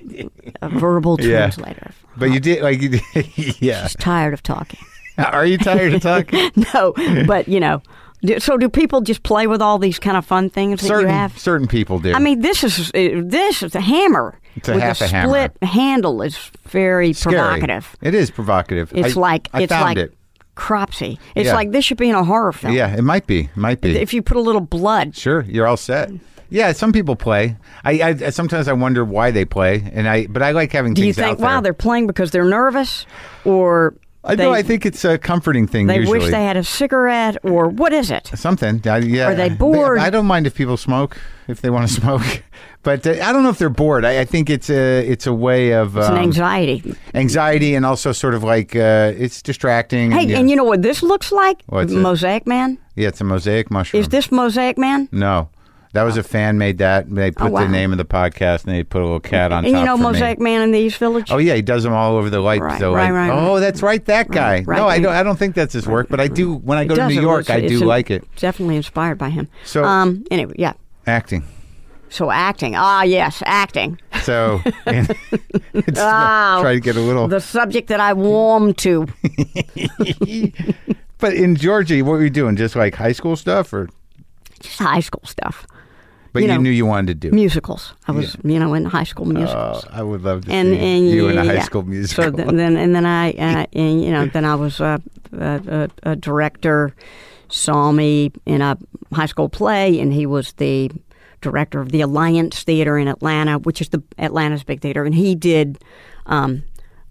S5: a verbal
S4: Yeah.
S5: translator.
S4: But you did like you did, (laughs) yeah.
S5: Just tired of talking. (laughs)
S4: Are you tired of talking?
S5: No, but you know, do, so do people just play with all these kind of fun things that you
S4: certain
S5: have?
S4: certain people do.
S5: I mean, this is uh, this is a hammer
S4: It's a
S5: with
S4: half
S5: a
S4: a hammer.
S5: split handle is very
S4: Scary.
S5: provocative.
S4: It is provocative.
S5: It's
S4: I-
S5: like
S4: I
S5: it's
S4: found
S5: like
S4: it.
S5: cropsy. It's
S4: Yeah.
S5: like this should be in a horror film.
S4: Yeah, it might be. It might be.
S5: If you put a little blood,
S4: sure, you're all set. Yeah, some people play. I, I sometimes I wonder why they play, and I but I like having
S5: do you
S4: things
S5: think,
S4: out there.
S5: wow, they're playing because they're nervous, or
S4: I
S5: they,
S4: know. I think it's a comforting thing.
S5: they
S4: usually.
S5: wish they had a cigarette, or what is it?
S4: Something. I, yeah.
S5: Are they bored?
S4: I don't mind if people smoke if they want to (laughs) smoke, but uh, I don't know if they're bored. I, I think it's a it's a way of
S5: It's
S4: um,
S5: an anxiety.
S4: anxiety and also sort of like uh, it's distracting.
S5: Hey,
S4: yeah.
S5: and you know what this looks like?
S4: What's it? Um,
S5: mosaic man.
S4: yeah, it's a mosaic mushroom.
S5: Is this mosaic man?
S4: No, that was a fan made that. and They put
S5: Oh, wow.
S4: the name of the podcast and they put a little cat on
S5: and
S4: top.
S5: you know
S4: for me.
S5: mosaic man in the East Village?
S4: Oh yeah, he does them all over the light.
S5: Right,
S4: so
S5: right,
S4: like,
S5: right,
S4: oh, that's right, that guy.
S5: right,
S4: no, I
S5: right.
S4: don't. I don't think that's his work, but I do. When I go
S5: It
S4: to
S5: does,
S4: New
S5: it
S4: York,
S5: looks-
S4: I
S5: it's
S4: do
S5: in-
S4: like it.
S5: Definitely inspired by him.
S4: So-
S5: um, anyway, yeah. (laughs)
S4: Acting.
S5: So acting. Ah, yes, acting.
S4: (laughs) So and- it's-
S5: Wow.
S4: try to get a little. (laughs)
S5: The subject that I warm to.
S4: But in Georgia, what were you doing? Just like high school stuff, or
S5: Just high school stuff.
S4: But you,
S5: you know,
S4: knew you wanted to do.
S5: musicals. I was, you know, in high school
S4: Oh,
S5: musicals.
S4: I would love to
S5: and
S4: see
S5: and
S4: you in a
S5: yeah.
S4: high school musical.
S5: So th- then and then I uh, and you know then I was a, a, a, a director. Saw me in a high school play, and he was the director of the Alliance Theater in Atlanta, which is the Atlanta's big theater, and he did um,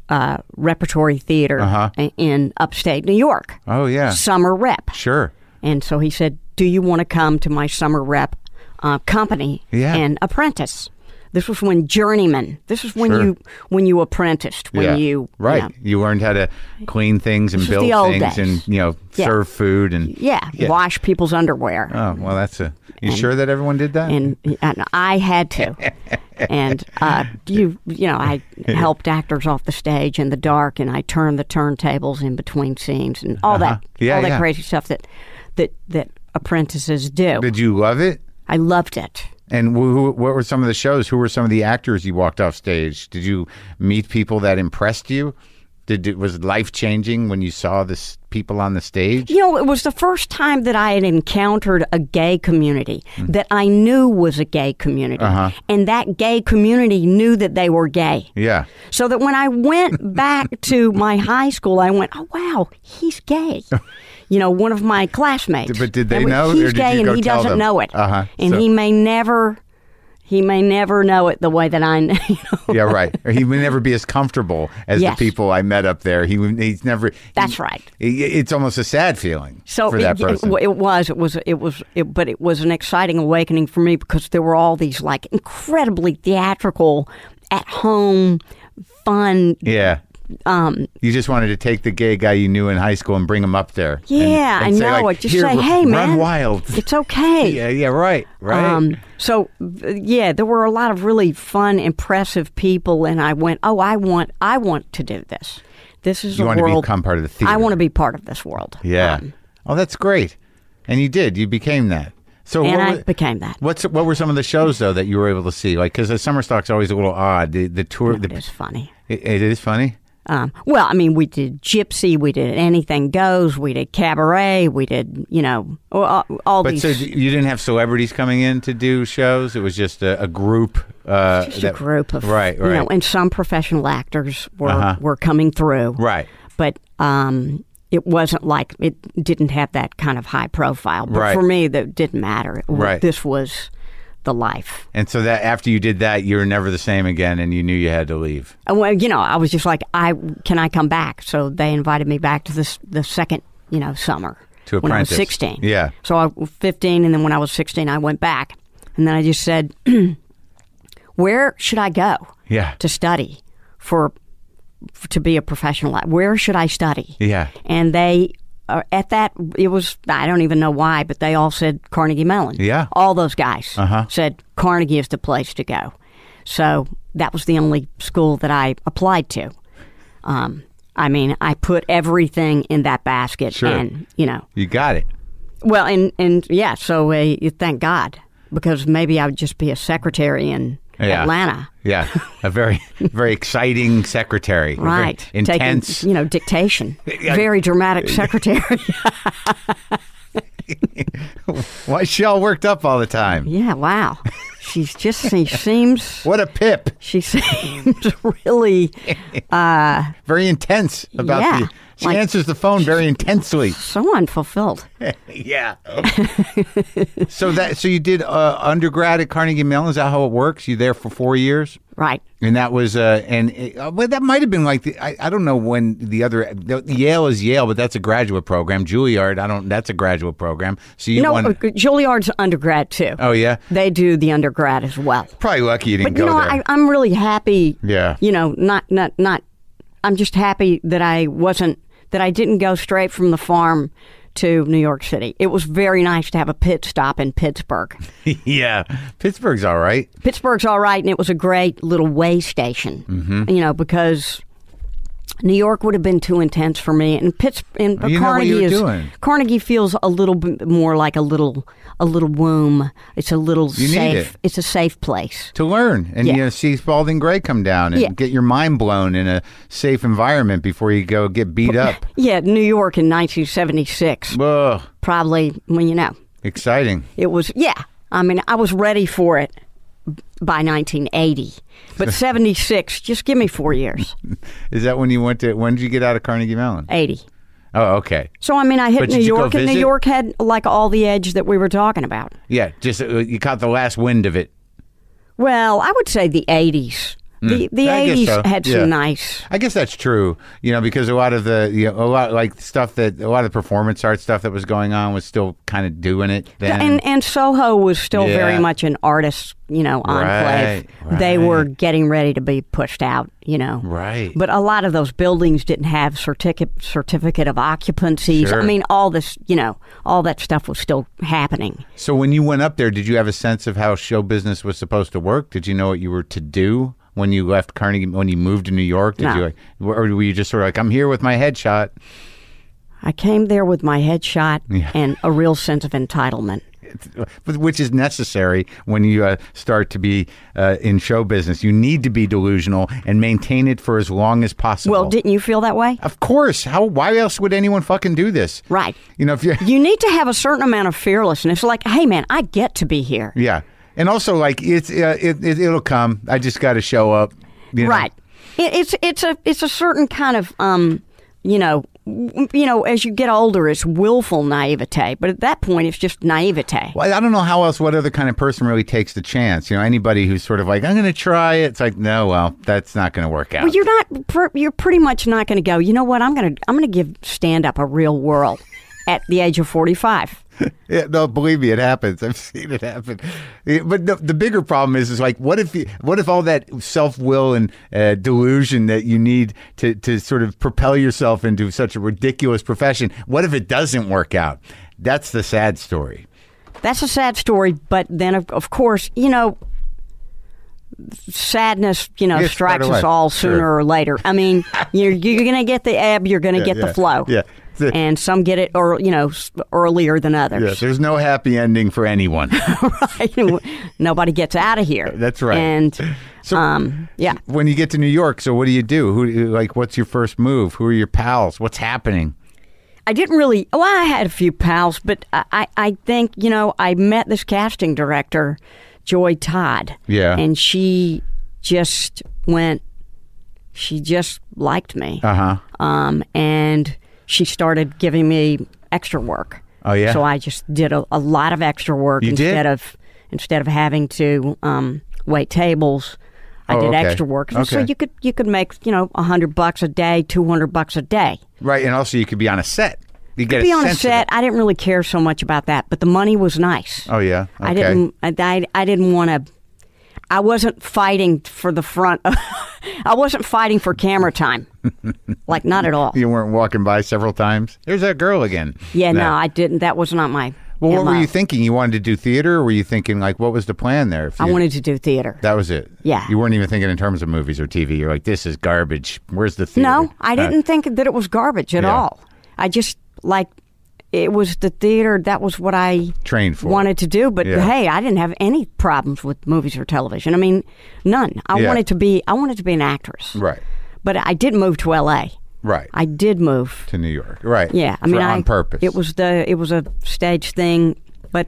S5: uh, repertory theater i- in upstate New York,
S4: (laughs) Uh-huh. oh yeah,
S5: summer rep.
S4: sure.
S5: And so he said, Do you want to come to my summer rep uh, company
S4: Yeah.
S5: and apprentice? This was when journeyman. This is when
S4: Sure.
S5: you when you apprenticed. When
S4: yeah.
S5: you
S4: right,
S5: you know,
S4: you learned how to clean things and
S5: This was
S4: build
S5: the old
S4: things
S5: days.
S4: and you know
S5: Yeah.
S4: serve food and
S5: yeah,
S4: Yeah.
S5: wash people's underwear.
S4: Oh well, that's a. You sure that everyone did that?
S5: and, and I had to,
S4: (laughs)
S5: and uh, you you know I helped actors off the stage in the dark, and I turned the turntables in between scenes and all that
S4: Uh-huh. Yeah,
S5: all that
S4: yeah.
S5: crazy stuff that that that apprentices do.
S4: did you love it?
S5: I loved it.
S4: And who, who, what were some of the shows? Who were some of the actors you walked off stage? Did you meet people that impressed you? Did it was life changing when you saw this people on the stage?
S5: You know, it was the first time that I had encountered a gay community
S4: Hmm.
S5: that I knew was a gay community.
S4: Uh-huh.
S5: And that gay community knew that they were gay.
S4: Yeah,
S5: So that when
S4: (laughs)
S5: I went back to my high school, I went, oh, wow, he's
S4: (laughs)
S5: gay. You know, one of my classmates.
S4: But did they
S5: went,
S4: know, or
S5: He's
S4: did
S5: gay
S4: you
S5: and
S4: go
S5: he
S4: tell
S5: doesn't
S4: them?
S5: know it.
S4: Uh-huh,
S5: And
S4: so-
S5: he may never. He may never know it the way that I (laughs) know.
S4: yeah, right. Or he would never be as comfortable as
S5: Yes.
S4: the people I met up there. He would- he's never.
S5: That's
S4: he-
S5: right.
S4: i- it's almost a sad feeling
S5: So
S4: for that
S5: it,
S4: person.
S5: It, it was, it was, it was, it, but it was an exciting awakening for me because there were all these like incredibly theatrical, at home, fun.
S4: yeah.
S5: Um,
S4: You just wanted to take the gay guy you knew in high school and bring him up there. and-
S5: yeah,
S4: and say,
S5: I know.
S4: like,
S5: it. Just
S4: "Here,
S5: say,
S4: ru-
S5: hey,
S4: run
S5: man,
S4: wild.
S5: it's
S4: (laughs)
S5: okay.
S4: yeah, yeah, right, right.
S5: Um, so uh, yeah, there were a lot of really fun, impressive people, and I went, oh, I want, I want to do this. This is
S4: You
S5: a
S4: want to
S5: world.
S4: become part of the
S5: I
S4: theater.
S5: want to be part of this world.
S4: Yeah.
S5: Um,
S4: oh, that's great. And you did. You became that. So
S5: and
S4: what
S5: I
S4: wa-
S5: became that.
S4: What's what were some of the shows though that you were able to see? Like because the summer stock's always a little odd. The, the tour,
S5: It
S4: the,
S5: was funny.
S4: it- it is funny.
S5: Um, well, I mean, we did Gypsy, we did Anything Goes, we did Cabaret, we did, you know, all, all
S4: But
S5: these.
S4: so d- you didn't have celebrities coming in to do shows. It was just a, a group. Uh,
S5: just
S4: that-
S5: a group of,
S4: right,
S5: you know,
S4: right. Uh-huh.
S5: and some professional actors were, were coming through.
S4: right.
S5: But um, it wasn't like it didn't have that kind of high profile. But
S4: Right.
S5: for me, that didn't matter. It was-
S4: Right.
S5: This was the life.
S4: And so that after you did that, you were never the same again, and you knew you had to leave.
S5: Uh, Well, you know, I was just like, I can I come back? So they invited me back to this the second, you know, summer
S4: To
S5: when I was
S4: apprentice.
S5: sixteen.
S4: Yeah.
S5: So I was fifteen, and then when I was sixteen, I went back, and then I just said, (clears throat) where should I go
S4: Yeah.
S5: to study for f- to be a professional? act- Where should I study?
S4: Yeah.
S5: And they. Uh, at that, it was I don't even know why, but they all said Carnegie Mellon.
S4: Yeah. Uh-huh.
S5: all those guys said Carnegie is the place to go. So that was the only school that I applied to. Um, I mean, I put everything in that basket,
S4: Sure.
S5: and you know,
S4: You got it.
S5: well, and and yeah. So uh, you thank God because maybe I would just be a secretary in
S4: Yeah.
S5: Atlanta,
S4: Yeah, a
S5: (laughs)
S4: very, very exciting secretary. A very
S5: right? Taking,
S4: intense.
S5: you know,
S4: (laughs)
S5: dictation, very dramatic secretary.
S4: Why is she all worked up all the time? (laughs)
S5: yeah, wow. She's just she seems
S4: What a pip!
S5: she seems (laughs) really
S4: very intense about
S5: Yeah,
S4: the. She
S5: like-
S4: answers the phone
S5: (laughs)
S4: very intensely.
S5: so unfulfilled.
S4: yeah. so that so you did uh, undergrad at Carnegie Mellon. Is that how it works? You there for four years,
S5: Right.
S4: and that was uh, and it, uh, well, that might have been like the, I, I don't know when the other the, Yale is Yale, but that's a graduate program. Juilliard, I don't. That's a graduate program. So you
S5: no,
S4: won.
S5: uh, Juilliard's undergrad too.
S4: oh yeah,
S5: They do the undergrad as well.
S4: probably lucky you didn't
S5: But you
S4: go
S5: know,
S4: there.
S5: I, I'm really happy.
S4: Yeah.
S5: You know, not not not. I'm just happy that I wasn't that I didn't go straight from the farm to New York City. It was very nice to have a pit stop in Pittsburgh.
S4: (laughs) yeah, Pittsburgh's all right.
S5: Pittsburgh's all right, and it was a great little way station.
S4: Mm-hmm.
S5: You know, because New York would have been too intense for me, and Pitts and but
S4: You know what
S5: Carnegie
S4: you were
S5: is
S4: doing.
S5: Carnegie feels a little bit more like a little a little womb. It's a little
S4: You need
S5: safe.
S4: it.
S5: It's a safe place.
S4: to learn and
S5: Yeah.
S4: you know, see Spalding Gray come down and
S5: Yeah.
S4: get your mind blown in a safe environment before you go get beat
S5: (laughs)
S4: up.
S5: Yeah, New York in 1976,
S4: Whoa,
S5: probably when you know
S4: exciting!
S5: it was. Yeah, I mean, I was ready for it b- by 1980,
S4: (laughs)
S5: but 76, just give me four years.
S4: Is that when you went to? When did you get out of Carnegie Mellon?
S5: 80.
S4: Oh, okay.
S5: So I mean, I hit
S4: But
S5: New
S4: did you go
S5: York, and New
S4: visit?
S5: York had like all the edge that we were talking about.
S4: Yeah, just uh, you caught the last wind of it.
S5: Well, I would say the 80s. The the
S4: Hmm. I guess
S5: 80s
S4: so.
S5: had some
S4: Yeah.
S5: nice.
S4: I guess that's true, you know, because a lot of the you know, a lot like stuff that a lot of the performance art stuff that was going on was still kind of doing it then.
S5: And and Soho was still
S4: Yeah.
S5: very much an artist, you know, enclave.
S4: Right,
S5: They
S4: right.
S5: were getting ready to be pushed out, you know.
S4: Right.
S5: But a lot of those buildings didn't have certificate certificate of occupancies.
S4: Sure.
S5: I mean, all this, you know, all that stuff was still happening.
S4: so when you went up there, did you have a sense of how show business was supposed to work? Did you know what you were to do when you left Carnegie when you moved to New York? Did
S5: No.
S4: you like, or were you just sort of like I'm here with my headshot? (laughs)
S5: I came there with my headshot and a real sense of entitlement.
S4: But- which is necessary when you uh, start to be uh, in show business. You need to be delusional and maintain it for as long as possible.
S5: Well, didn't you feel that way?
S4: of course. How? Why else would anyone fucking do this?
S5: Right.
S4: You know, if you, (laughs)
S5: You need to have a certain amount of fearlessness. Like, hey, man, I get to be here.
S4: yeah, and also like it's uh, it, it it'll come. I just got to show up. you know?
S5: Right. It, it's it's a it's a certain kind of um, you know, w- you know, as you get older, it's willful naivete. But at that point, it's just naivete.
S4: Well, I don't know how else. What other kind of person really takes the chance? You know, anybody who's sort of like, I'm going to try it. It's like, no, well, that's not going to work out.
S5: Well, you're not. per- You're pretty much not going to go. You know what? I'm going to I'm going to give stand up a real whirl at the age of 45.
S4: Yeah, no, believe me, it happens. (laughs) I've seen it happen. Yeah, But the, the bigger problem is, is like, what if, you, what if all that self will and uh, delusion that you need to, to sort of propel yourself into such a ridiculous profession? What if it doesn't work out? That's the sad story.
S5: That's a sad story. But then, of, of course, you know. Sadness, you know,
S4: Yes,
S5: strikes
S4: right away.
S5: us all
S4: Sure.
S5: sooner or later.
S4: (laughs)
S5: I mean, you're, you're going to get the ebb, you're going to get
S4: yeah,
S5: the flow.
S4: yeah. The-
S5: And some get it, or you know, s- earlier than others.
S4: Yeah, there's no happy ending for anyone.
S5: (laughs) right? Nobody gets out of here.
S4: That's right.
S5: And
S4: So-
S5: um, yeah,
S4: when you get to New York, so what do you do? Who, like, what's your first move? Who are your pals? What's happening?
S5: I didn't really. Well, I had a few pals, but I, I, I think you know I met this casting director, Joy Todd.
S4: Yeah.
S5: and she just went. She just liked me.
S4: Uh huh.
S5: Um, and she started giving me extra work.
S4: Oh, yeah?
S5: So I just did a, a lot of extra work
S4: You did?
S5: instead of instead of having to um, wait tables. I
S4: Oh,
S5: did
S4: okay.
S5: extra work, And so
S4: Okay.
S5: you could you could make you know a hundred bucks a day, two hundred bucks a day.
S4: Right, and also you could be on a set. You get
S5: To be on a
S4: sense of
S5: set,
S4: it.
S5: I didn't really care so much about that, but the money was nice.
S4: Oh yeah. Okay.
S5: I didn't. I, I, I didn't want to. I wasn't fighting for the front. (laughs) I wasn't fighting for
S4: (laughs)
S5: camera time, like not at all.
S4: You weren't walking by several times. There's that girl again.
S5: Yeah, no, I didn't. That was not my.
S4: Well, what were
S5: MO.
S4: you thinking? You wanted to do theater, or were you thinking like, what was the plan there? If
S5: I
S4: you-
S5: wanted to do theater.
S4: That was it.
S5: Yeah.
S4: You weren't even thinking in terms of movies or TV. You're like, this is garbage. Where's the theater?
S5: No, I
S4: Uh,
S5: didn't think that it was garbage at
S4: Yeah.
S5: all. I just like it was the theater. That was what I
S4: Trained for.
S5: wanted to do. But
S4: Yeah.
S5: hey, I didn't have any problems with movies or television. I mean, none. I
S4: Yeah.
S5: wanted to be. I wanted to be an actress.
S4: Right.
S5: But I did move to L.A.
S4: Right.
S5: I did move.
S4: to New York. Right.
S5: Yeah,
S4: For-
S5: I mean,
S4: on
S5: I-
S4: purpose.
S5: It was the it was a stage thing, but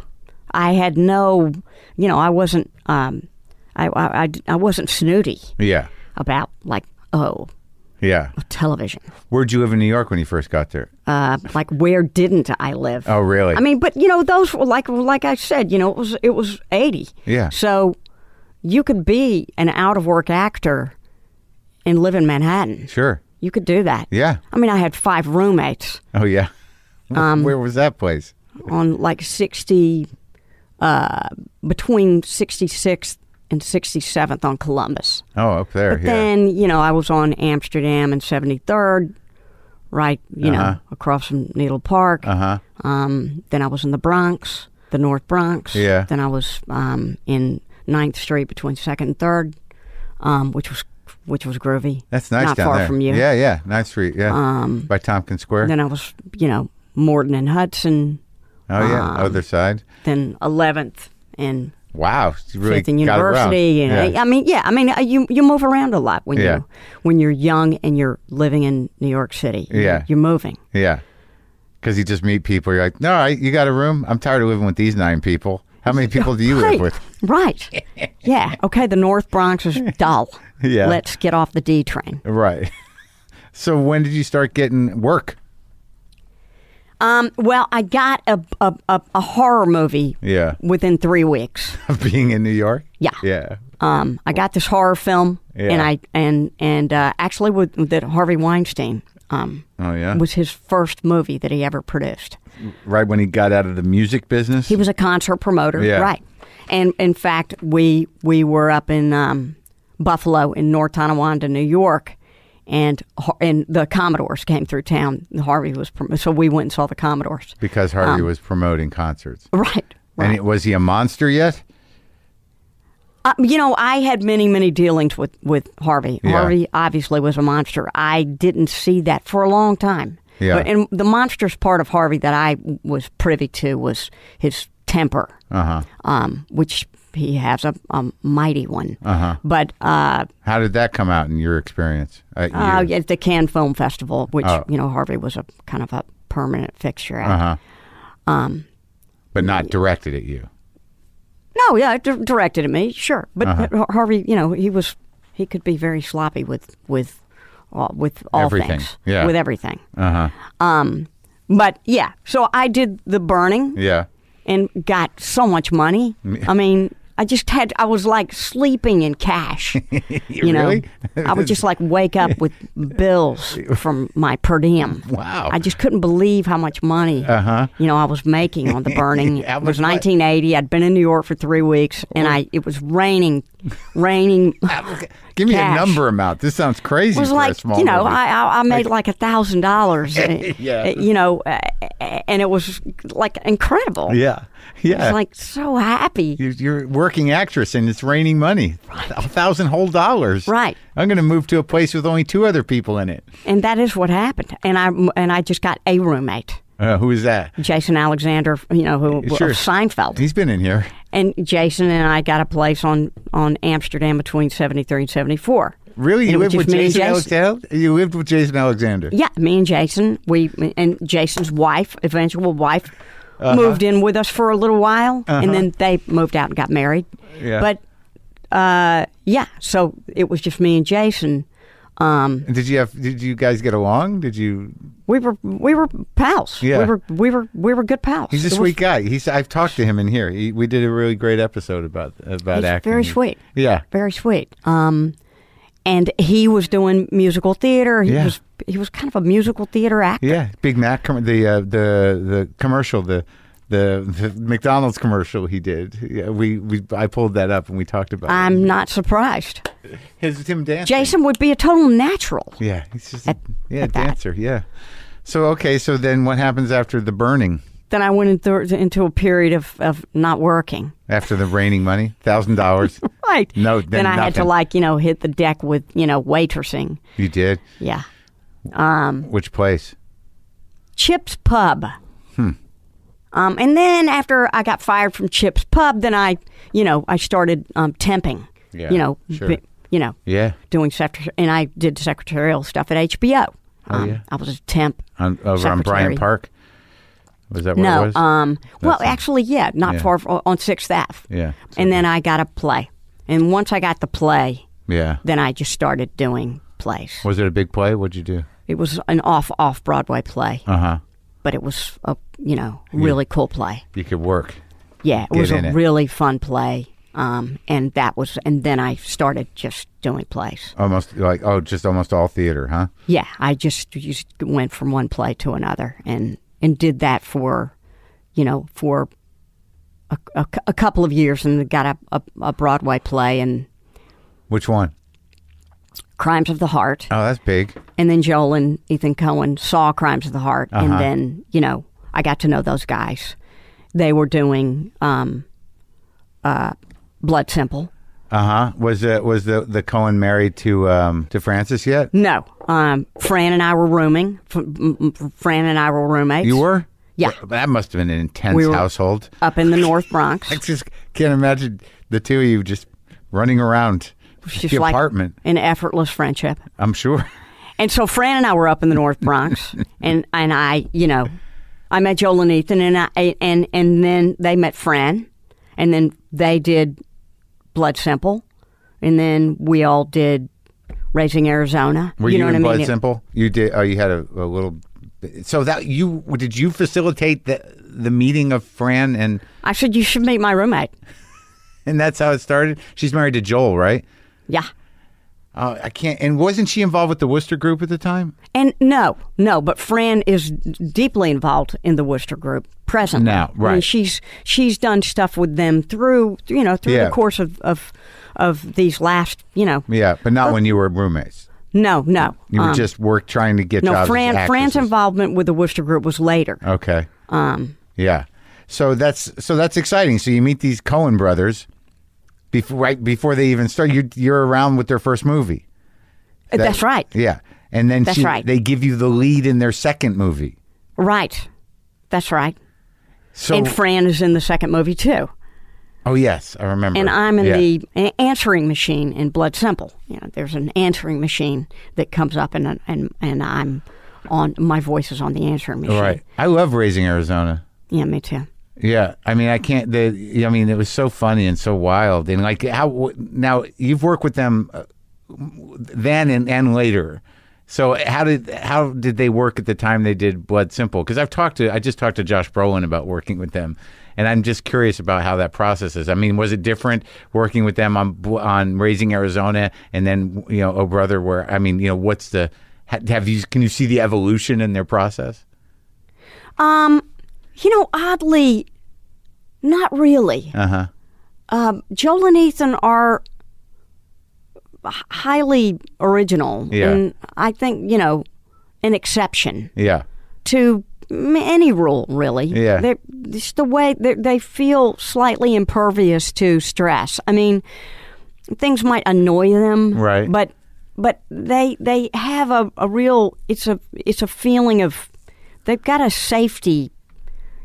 S5: I had no, you know, I wasn't, um, I, I, I, I wasn't snooty
S4: Yeah.
S5: about like oh
S4: Yeah.
S5: television,
S4: Where'd you live in New York when you first got there?
S5: uh, like where didn't I live?
S4: Oh, really?
S5: I mean, but you know, those were like like I said, you know, it was it was eighty.
S4: Yeah.
S5: So you could be an out of work actor and live in Manhattan.
S4: Sure.
S5: You could do that.
S4: Yeah.
S5: I mean, I had five roommates.
S4: Oh
S5: (laughs)
S4: yeah.
S5: Um,
S4: Where was that place?
S5: on like 60 uh, between 66th and 67th on Columbus.
S4: Oh, up there.
S5: But
S4: yeah.
S5: then, you know, I was on Amsterdam and 73rd right, you
S4: Uh-huh.
S5: know, across from Needle Park.
S4: Uh-huh.
S5: Um, then I was in the Bronx, the North Bronx.
S4: Yeah.
S5: Then I was um, in 9th Street between 2nd and 3rd, um, which was which was groovy.
S4: That's nice
S5: Not
S4: down
S5: far
S4: there.
S5: from you. Um,
S4: Yeah, yeah. Ninth Street. Yeah. By Tompkins Square.
S5: Then I was, you know, Morton and Hudson,
S4: oh yeah.
S5: um,
S4: Other side.
S5: then 11th and
S4: Wow. You really
S5: Fifth and
S4: got around.
S5: University.
S4: Yeah.
S5: And I mean, yeah, I mean, uh, you you move around a lot when
S4: Yeah.
S5: you when you're young and you're living in New York City. You're-
S4: Yeah.
S5: you're moving.
S4: Yeah. Because you just meet people. You're like, all right, you got a room? I'm tired of living with these nine people. How many people do you
S5: right,
S4: live with?
S5: Right. Yeah. Okay. The North
S4: (laughs)
S5: Bronx is dull.
S4: Yeah.
S5: Let's get off the D train.
S4: Right. (laughs) So when did you start getting work? (laughs)
S5: Um, well, I got a, a, a, a horror movie
S4: Yeah.
S5: within three weeks.
S4: Of being in New York?
S5: Yeah.
S4: Yeah.
S5: Um, I got this horror film,
S4: Yeah.
S5: and I and and uh, actually with, with that Harvey Weinstein. Um,
S4: Oh, yeah?
S5: was his first movie that he ever produced.
S4: Right when he got out of the music business?
S5: He was a concert promoter,
S4: Yeah.
S5: right? And in fact, we we were up in um, Buffalo in North Tonawanda, New York, and Har- and the Commodores came through town. Harvey was prom- so we went and saw the Commodores. (laughs)
S4: because Harvey was promoting concerts.
S5: Right,
S4: And
S5: um, right.
S4: it, was he a monster yet?
S5: Uh, you know, I had many many dealings with with Harvey.
S4: Yeah.
S5: Harvey obviously was a monster. I didn't see that for a long time.
S4: Yeah.
S5: But, and the monstrous part of Harvey that I was privy to was his temper.
S4: Uh huh.
S5: um, which he has a, a mighty one.
S4: Uh-huh.
S5: But uh,
S4: How did that come out in your experience? Uh, you-
S5: uh, at the Cannes Film Festival, which
S4: Oh. Uh-huh.
S5: you know Harvey was a kind of a permanent fixture at.
S4: but not directed at you.
S5: No, yeah, di- directed at me, sure. But
S4: Uh-huh.
S5: but Harvey, you know, he was he could be very sloppy with with all, with all
S4: Everything,
S5: things,
S4: yeah. Uh-huh.
S5: with everything. Um, but yeah, so I did the burning.
S4: Yeah.
S5: and got so much money. I mean, I just had I was like sleeping in
S4: (laughs)
S5: cash. you know,
S4: Really?
S5: I would just like wake up
S4: (laughs)
S5: with bills from my per diem.
S4: Wow. Uh-huh.
S5: I just couldn't believe how much money you know I was making on
S4: (laughs)
S5: the burning.
S4: How
S5: it was
S4: much money?
S5: 1980. I'd been in New York for three weeks, and I it was raining,
S4: (laughs)
S5: raining.
S4: Give me
S5: Cash.
S4: a number amount. This sounds crazy
S5: It was
S4: for a
S5: like
S4: small
S5: you know
S4: movie.
S5: I, I I made like a thousand
S4: (laughs)
S5: dollars. eh,
S4: Yeah.
S5: You know, uh, and it was like incredible.
S4: yeah.
S5: I
S4: Yeah.
S5: was like so happy.
S4: You- You're a working actress and it's raining money. A thousand whole dollars.
S5: Right.
S4: I'm going to move to a place with only two other people in it.
S5: And that is what happened. And I and I just got a roommate,
S4: Uh, who is that?
S5: Jason Alexander, you know, who
S4: Sure.
S5: of Seinfeld.
S4: He's been in here.
S5: And Jason and I got a place on on Amsterdam between 73 and 74.
S4: Really?
S5: And
S4: You
S5: it was
S4: lived
S5: just
S4: with
S5: me and
S4: Jason, Alexander? You lived with Jason Alexander.
S5: Yeah, me and Jason, we and Jason's wife, eventual wife
S4: Uh-huh.
S5: moved in with us for a little while and then they moved out and got married.
S4: Yeah.
S5: But uh, yeah, so it was just me and Jason. Um,
S4: Did you have? Did you guys get along? Did you?
S5: we were we were pals.
S4: Yeah.
S5: We were we were we were good pals.
S4: He's a
S5: It was
S4: sweet guy. He's. I've talked to him in here. He, we did a really great episode about about
S5: He's
S4: acting.
S5: very sweet.
S4: Yeah.
S5: very sweet. Um, and he was doing musical theater. He
S4: Yeah.
S5: was he was kind of a musical theater actor.
S4: Yeah. Big Mac. Com- the uh, the the commercial. The. The, the McDonald's commercial he did, yeah, we, we I pulled that up and we talked about it.
S5: I'm not surprised.
S4: His him dancing.
S5: Um, Jason would be a total natural.
S4: Yeah, he's just
S5: At-
S4: yeah
S5: at that.
S4: dancer. Yeah. So okay, so then what happens after the burning?
S5: Then I went into, into a period of, of not working.
S4: After the raining money, thousand dollars.
S5: (laughs) Right.
S4: No,
S5: Then,
S4: then
S5: I had to
S4: nothing.
S5: like you know hit the deck with you know waitressing.
S4: You did.
S5: Yeah.
S4: Which place?
S5: Chips Pub. Hmm. Um, and then after I got fired from Chips Pub, then I you know I started um, temping.
S4: Yeah,
S5: You know.
S4: sure.
S5: bi- you know.
S4: Yeah.
S5: doing secretary, and I did secretarial stuff at HBO. Um,
S4: Oh, yeah.
S5: I was a temp.
S4: On, over on
S5: Secretary.
S4: Bryant Park. Was that where it
S5: No,
S4: was?
S5: um, well,
S4: That's-
S5: actually, yeah, not
S4: Yeah.
S5: far far on Sixth Ave.
S4: Yeah, it's
S5: and then I got a play, and once I got the play,
S4: yeah.
S5: then I just started doing plays.
S4: Was it a big play? What'd you do?
S5: It was an off off Broadway play,
S4: Uh huh.
S5: but it was a you know really cool play.
S4: You could work.
S5: Yeah, it
S4: Get
S5: was
S4: in
S5: a
S4: it.
S5: really fun play. Um, and that was, and then I started just doing plays.
S4: Almost like oh, just almost all theater, huh?
S5: Yeah, I just, just went from one play to another and and did that for, you know, for a, a cou- a couple of years and got a, a, a Broadway play and
S4: Which one?
S5: Crimes of the Heart.
S4: Oh, that's big.
S5: And then Joel and Ethan Cohen saw Crimes of the Heart. And
S4: Uh-huh.
S5: then, you know, I got to know those guys. They were doing um, uh, Blood Simple.
S4: Uh huh. Was uh, was the the Cohen married to um to Francis yet?
S5: No, um, Fran and I were rooming. F- m- m- Fran and I were roommates.
S4: You were.
S5: Yeah.
S4: But that must have been an intense
S5: We were-
S4: household. (laughs)
S5: Up in the North Bronx.
S4: I just can't imagine the two of you just running around
S5: just
S4: the
S5: like
S4: apartment.
S5: an effortless friendship.
S4: I'm sure.
S5: (laughs) And so Fran and I were up in the North
S4: (laughs)
S5: Bronx, and and I, you know, I met Joel and Ethan, and I and and then they met Fran, and then they did Blood Simple, and then we all did Raising Arizona.
S4: Were
S5: you
S4: you,
S5: know
S4: in
S5: what I mean?
S4: Blood
S5: It-
S4: Simple? You did. Oh, you had a, a little. So that you did you facilitate the the meeting of Fran and
S5: I said you should meet my roommate.
S4: and that's how it started. She's married to Joel, right?
S5: Yeah.
S4: Uh, I can't. And wasn't she involved with the Worcester Group at the time?
S5: And no, no, but Fran is deeply involved in the Worcester Group presently.
S4: Now,
S5: I mean,
S4: right.
S5: she's she's done stuff with them through you know through
S4: Yeah.
S5: the course of, of of these last you know
S4: Yeah, but not when you were roommates.
S5: no no
S4: You were
S5: um,
S4: just work trying to get
S5: no
S4: jobs. as
S5: Fran Fran's
S4: actresses.
S5: involvement with the Worcester Group was later.
S4: Okay.
S5: Um,
S4: Yeah. So that's so that's exciting. So you meet these Cohen brothers before right before they even start. You you're around with their first movie.
S5: Uh, that's right,
S4: Yeah. And then
S5: That's
S4: she,
S5: right.
S4: they give you the lead in their second movie.
S5: right, that's right.
S4: So
S5: and Fran is in the second movie too.
S4: oh yes, I remember.
S5: And I'm in
S4: Yeah.
S5: the a- answering machine in Blood Simple. You know, there's an answering machine that comes up, and and and I'm on. My voice is on the answering machine.
S4: right. I love raising Arizona.
S5: Yeah, me too.
S4: Yeah, I mean, I can't. The I mean, it was so funny and so wild, and like how now you've worked with them uh, then and, and later. So how did how did they work at the time they did Blood Simple? Because I've talked to I just talked to Josh Brolin about working with them, and I'm just curious about how that process is. I mean, was it different working with them on Bl- on Raising Arizona and then you know Oh Brother? Where I mean, you know, what's the ha- have you can you see the evolution in their process?
S5: Um, you know, oddly, not really.
S4: Uh huh.
S5: Um, Joel and Ethan are h- highly original,
S4: Yeah.
S5: and I think you know, an exception.
S4: Yeah.
S5: to m- any rule really
S4: Yeah.
S5: they're, just the way they they feel slightly impervious to stress i mean things might annoy them
S4: Right.
S5: but but they they have a, a real it's a it's a feeling of they've got a safety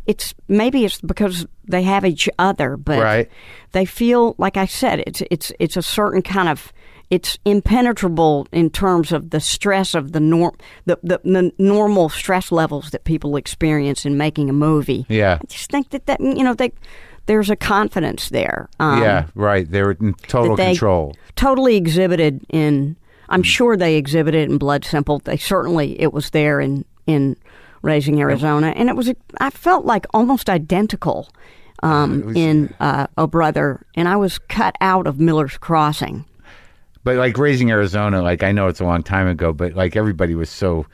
S5: it's maybe it's because they have each other but
S4: Right.
S5: they feel like i said it's it's it's a certain kind of it's impenetrable in terms of the stress of the norm the, the, the normal stress levels that people experience in making a movie
S4: Yeah.
S5: i just think that that you know they there's a confidence there um,
S4: yeah, right. They were in total
S5: that they
S4: control. Mm.
S5: Totally exhibited in. I'm sure they exhibited in Blood Simple. They certainly it was there in in Raising Arizona, and it was. I felt like almost identical um, in uh, Oh Brother, and I was cut out of Miller's Crossing.
S4: But like raising Arizona, like I know it's a long time ago, but like everybody was so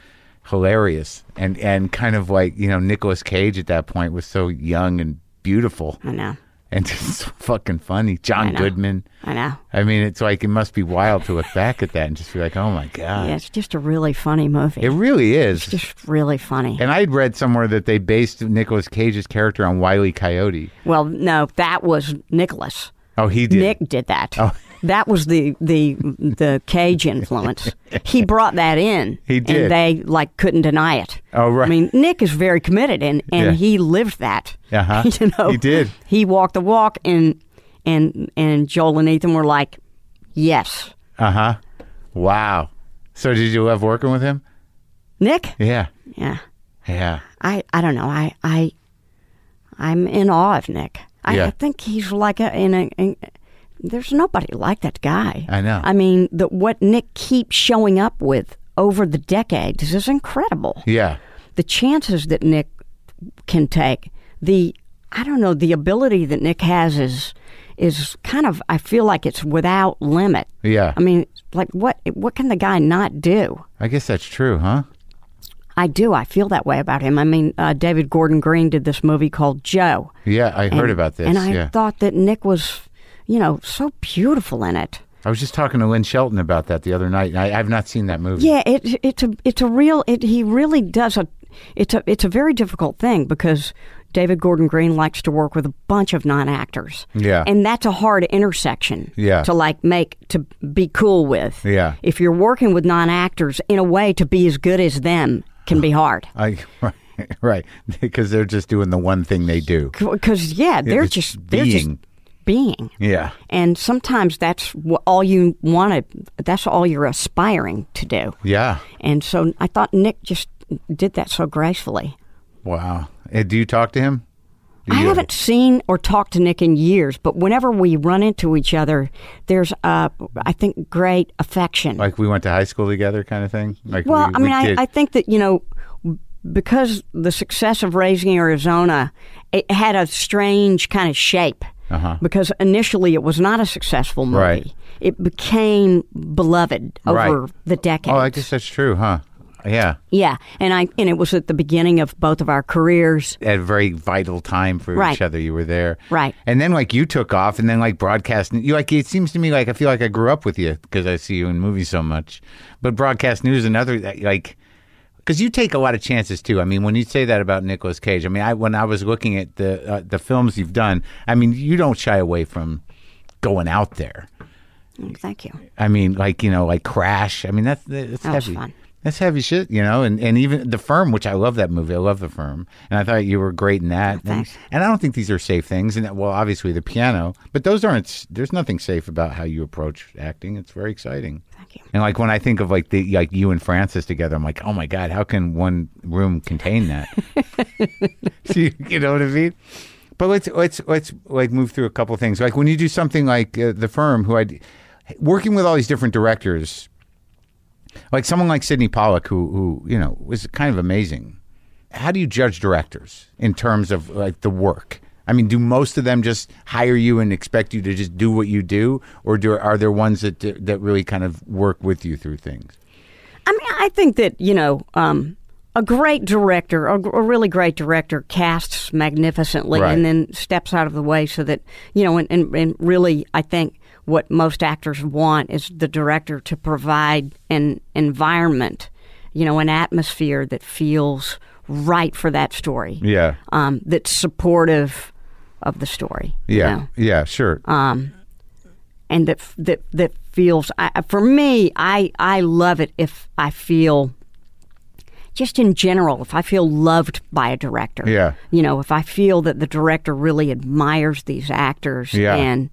S4: hilarious and and kind of like you know Nicolas Cage at that point was so young and beautiful
S5: I know,
S4: and (laughs) just so fucking funny. John
S5: know.
S4: Goodman.
S5: I know.
S4: I mean, it's like it must be wild to look back at that and just be like, oh my god,
S5: Yeah, it's just a really funny movie.
S4: it really is.
S5: just really funny.
S4: and I had read somewhere that they based Nicolas Cage's character on Wiley Coyote.
S5: Well, no, that was Nicholas.
S4: Oh, he did.
S5: Nick did that.
S4: Oh.
S5: That was the the the Cage influence. he brought that in.
S4: He did.
S5: And they like couldn't deny it.
S4: Oh, right.
S5: I mean, Nick is very committed, and and
S4: Yeah.
S5: he lived that.
S4: Uh-huh.
S5: (laughs) you know,
S4: He did.
S5: He walked the walk, and and and Joel and Ethan were like, yes,
S4: Uh huh. Wow. So did you love working with him?
S5: Nick.
S4: Yeah.
S5: Yeah.
S4: Yeah.
S5: I I don't know. I I I'm in awe of Nick. I,
S4: Yeah.
S5: I think he's like a in a. In, there's nobody like that guy.
S4: I know.
S5: I mean, the, what Nick keeps showing up with over the decades is incredible.
S4: Yeah.
S5: The chances that Nick can take, the I don't know, the ability that Nick has is is kind of I feel like it's without limit.
S4: Yeah.
S5: I mean, like what what can the guy not do?
S4: I guess that's true, huh?
S5: I do. I feel that way about him. I mean, uh, David Gordon Green did this movie called Joe.
S4: Yeah, I heard
S5: And-
S4: about this.
S5: And I
S4: yeah.
S5: thought that Nick was, you know, so beautiful in it.
S4: I was just talking to Lynn Shelton about that the other night. and I, I've not seen that movie.
S5: Yeah, it, it's a it's a real. It, he really does a. It's a it's a very difficult thing because David Gordon Green likes to work with a bunch of non actors.
S4: Yeah.
S5: and that's a hard intersection.
S4: Yeah.
S5: to like make to be cool with.
S4: Yeah.
S5: if you're working with non actors in a way to be as good as them can be hard.
S4: I, (laughs) right, right. Because they're just doing the one thing they do.
S5: Because yeah, they're
S4: just
S5: just they're just
S4: being.
S5: being.
S4: Yeah.
S5: And sometimes that's wh- all you want to, that's all you're aspiring to do.
S4: Yeah.
S5: And so I thought Nick just did that so gracefully.
S4: Wow. Eh, do you talk to him? Do
S5: I
S4: you-
S5: haven't seen or talked to Nick in years, but whenever we run into each other, there's, uh, I think, great affection.
S4: like we went to high school together, kind of thing. Like
S5: well,
S4: we,
S5: I
S4: we
S5: mean,
S4: did-
S5: I, I think that, you know, because the success of Raising Arizona, it had a strange kind of shape.
S4: Uh-huh.
S5: Because initially it was not a successful movie.
S4: Right.
S5: It became beloved
S4: Right.
S5: over the decades.
S4: oh, I guess that's true, huh? Yeah,
S5: yeah, and I and it was at the beginning of both of our careers.
S4: at a very vital time for
S5: Right.
S4: each other. You were there,
S5: Right.
S4: And then like you took off, and then like broadcast. You like it seems to me like I feel like I grew up with you because I see you in movies so much. But broadcast news, another like. Because you take a lot of chances too. I mean, when you say that about Nicolas Cage, I mean, I when I was looking at the uh, the films you've done, I mean, you don't shy away from going out there.
S5: Thank you.
S4: I mean, like you know, like Crash. I mean, that's that's
S5: That was
S4: heavy.
S5: fun.
S4: That's heavy shit, you know. And and even the firm, which I love that movie. I love the firm, and I thought you were great in that. and,
S5: thanks.
S4: and I don't think these are safe things. And that, well, obviously the piano, but those aren't. s- There's nothing safe about how you approach acting. It's very exciting. Thank
S5: you.
S4: And like when I think of like the like you and Francis together, I'm like, oh my god, how can one room contain that? (laughs) So you, you know what I mean? But let's let's let's like move through a couple things. Like when you do something like uh, the firm, who I working with all these different directors, like someone like Sidney Pollack, who who you know was kind of amazing. How do you judge directors in terms of like the work? I mean, do most of them just hire you and expect you to just do what you do, or do are there ones that that really kind of work with you through things?
S5: I mean, I think that you know, um, a great director, a, a really great director, casts magnificently
S4: Right.
S5: and then steps out of the way so that you know, and, and, and really, I think what most actors want is the director to provide an environment, you know, an atmosphere that feels right for that story.
S4: Yeah,
S5: Um, that's supportive of the story. you
S4: yeah,
S5: know?
S4: yeah, sure.
S5: Uh, and that that that feels I, for me I I love it if I feel just in general if I feel loved by a director
S4: Yeah.
S5: you know if I feel that the director really admires these actors
S4: Yeah.
S5: and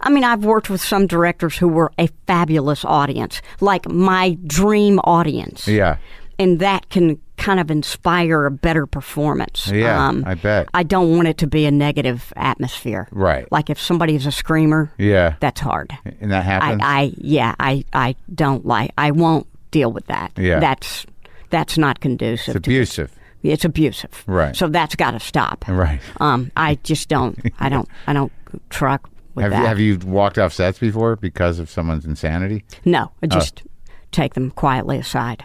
S5: I mean I've worked with some directors who were a fabulous audience like my dream audience
S4: yeah,
S5: and that can kind of inspire a better performance. Um,
S4: Yeah, I bet.
S5: I don't want it to be a negative atmosphere.
S4: Right.
S5: Like if somebody is a screamer,
S4: Yeah.
S5: that's hard.
S4: and that
S5: I,
S4: happens.
S5: I yeah, I I don't like. I won't deal with that.
S4: Yeah.
S5: that's that's not conducive.
S4: it's abusive,
S5: to, it's abusive.
S4: Right.
S5: So that's got to stop.
S4: right?
S5: Um, I just don't. I don't. I don't truck with
S4: Have,
S5: that.
S4: have you walked off sets before because of someone's insanity?
S5: No,
S4: Oh.
S5: I just take them quietly aside.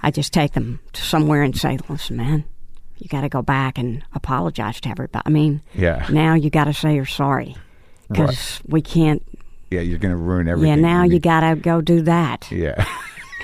S5: I just take them to somewhere and say, "Listen, man, you got to go back and apologize to everybody." I mean,
S4: Yeah.
S5: Now you got to say you're sorry because we can't.
S4: Yeah, you're going to ruin
S5: Yeah,
S4: everything.
S5: now you
S4: need-
S5: got to go do that,
S4: Yeah,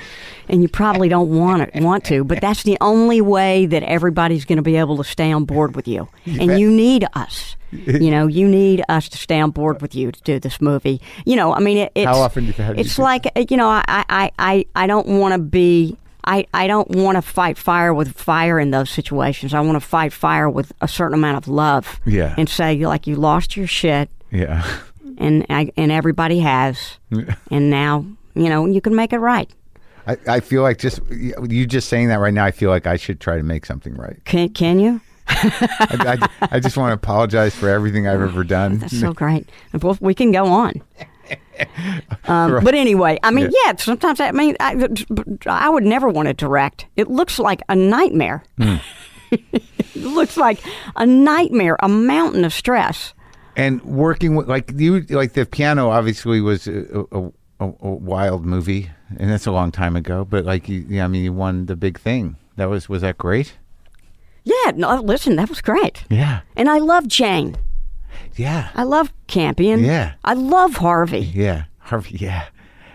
S4: (laughs)
S5: and you probably don't want it, want to, but that's the only way that everybody's going to be able to stay on board
S4: (laughs)
S5: with you, and you need us. you know, you need us to stay on board with you to do this movie. You know, I mean, it, it's
S4: How often do you- how do you
S5: it's
S4: do
S5: like uh, you know, I I I I don't want to be. I, I don't want to fight fire with fire in those situations. I want to fight fire with a certain amount of love.
S4: Yeah.
S5: And say like you lost your shit,
S4: yeah,
S5: and I, and
S4: (laughs)
S5: everybody has, and now you know you can make it right.
S4: I, I feel like just you just saying that right now. I feel like I should try to make something right.
S5: Can can you?
S4: I, I, I just want to apologize for everything I've ever done.
S5: That's so great. And both- we can
S4: (laughs)
S5: go on. Um, But anyway, I mean, yeah. sometimes I mean, I, I would never want to direct. It looks like a nightmare.
S4: Hmm.
S5: (laughs) it looks like a nightmare, a mountain of stress.
S4: And working with like you, like the piano, obviously was a, a, a, a wild movie, and that's a long time ago. But like, you, yeah, I mean, you won the big thing. That was was that great?
S5: Yeah, no, listen, that was great.
S4: Yeah,
S5: And I love Jane.
S4: yeah,
S5: I love Campion.
S4: Yeah.
S5: I love Harvey.
S4: yeah. Harvey, yeah.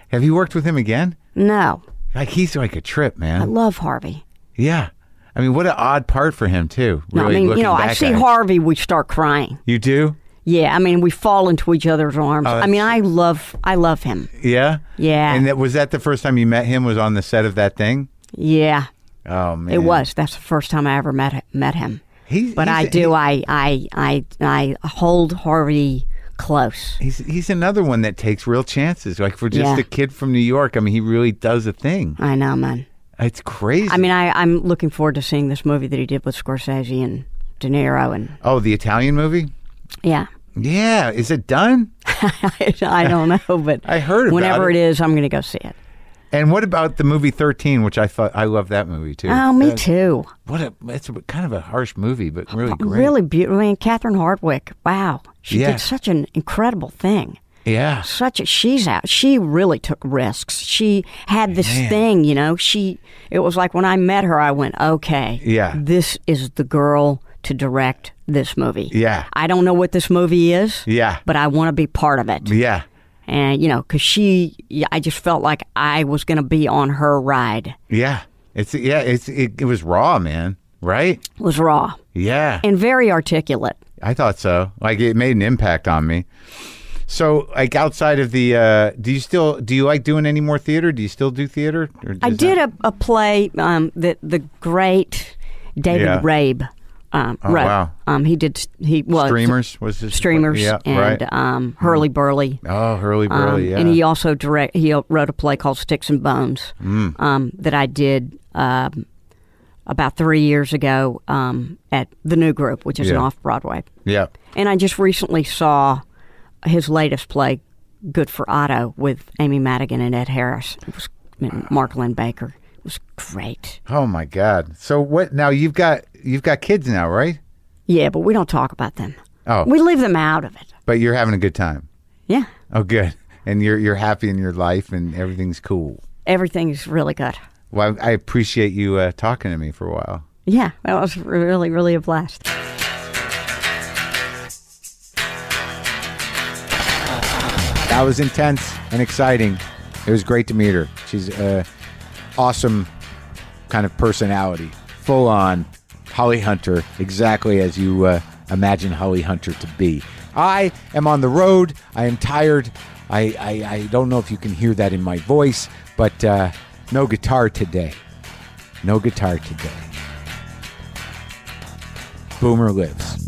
S4: Have you worked with him again?
S5: No,
S4: Like he's like a trip, man.
S5: I love Harvey.
S4: Yeah. I mean, what an odd part for him too.
S5: No,
S4: Really
S5: I mean, you
S4: looking
S5: know, I
S4: back
S5: see
S4: at it.
S5: Harvey, we start crying.
S4: You do?
S5: Yeah, I mean, we fall into each other's arms. I
S4: Oh, that's-
S5: mean, I love, I love him.
S4: Yeah.
S5: Yeah.
S4: And that, was that the first time you met him? Was on the set of that thing?
S5: Yeah,
S4: Oh man,
S5: it was. That's the first time I ever met met him.
S4: He's-
S5: but
S4: he's-
S5: I do. uh, I, I I I hold Harvey close.
S4: He's he's another one that takes real chances. Like for just
S5: Yeah.
S4: a kid from New York, I mean, he really does a thing.
S5: I know, man.
S4: It's crazy.
S5: I mean, I I'm looking forward to seeing this movie that he did with Scorsese and De Niro and
S6: Oh, the Italian movie?
S5: yeah. (laughs)
S6: Yeah. Is it done?
S5: I don't
S6: (laughs)
S5: know, but
S6: I heard about
S5: whenever
S6: it.
S5: it is, I'm going to go see it.
S6: And what about the movie 13, which I thought I love that movie too.
S5: Oh, me
S6: Uh,
S5: too.
S6: What a it's a, kind of a harsh movie, but really great.
S5: Oh, Really beautiful. I mean, Catherine Hardwick. Wow, she
S6: Yeah.
S5: did such an incredible thing.
S6: Yeah.
S5: Such a she's out. She really took risks. She had this thing, you know. She it was like when I met her, I went, okay,
S6: Yeah.
S5: this is the girl to direct this movie.
S6: Yeah.
S5: I don't know what this movie is.
S6: Yeah.
S5: but I want to be part of it.
S6: Yeah.
S5: and you know because she yeah, i just felt like i was going to be on her ride
S6: Yeah. It's yeah, it's it, it was raw, man, right?
S5: It was raw
S6: Yeah.
S5: and very articulate
S6: I thought so. Like it made an impact on me. So, like outside of the, uh, do you still do you like doing any more theater? Do you still do theater? Or
S5: i
S6: does
S5: did
S6: that-
S5: a, a play um, that the great david
S6: Yeah.
S5: rabe um,
S6: Oh,
S5: wrote.
S6: wow.
S5: um, he did he was
S6: streamers was this
S5: streamers
S6: Yeah,
S5: and
S6: right.
S5: um, hurley burley
S6: oh, hurly burly.
S5: Um,
S6: yeah,
S5: And he also direct. He wrote a play called Sticks and Bones
S6: Mm.
S5: um, that I did um, about three years ago um, at the New Group, which is an
S6: Yeah.
S5: off Broadway.
S6: yeah.
S5: And I just recently saw his latest play, Good for Otto, with Amy Madigan and Ed Harris. It was and Mark Lynn Baker. It was great.
S6: Oh my God. So what? Now you've got you've got kids now, right?
S5: Yeah, but we don't talk about them.
S6: Oh.
S5: We leave them out of it.
S6: But you're having a good time.
S5: Yeah.
S6: Oh, good. And you're you're happy in your life, and everything's cool.
S5: Everything's really good.
S6: Well, I appreciate you uh, talking to me for a while.
S5: Yeah, that was really, really a blast.
S4: That was intense and exciting. It was great to meet her. She's a awesome kind of personality, full on Holly Hunter, exactly as you uh, imagine Holly Hunter to be. I am on the road. I am tired. I, I, I don't know if you can hear that in my voice, but uh, no guitar today. No guitar today. Boomer lives.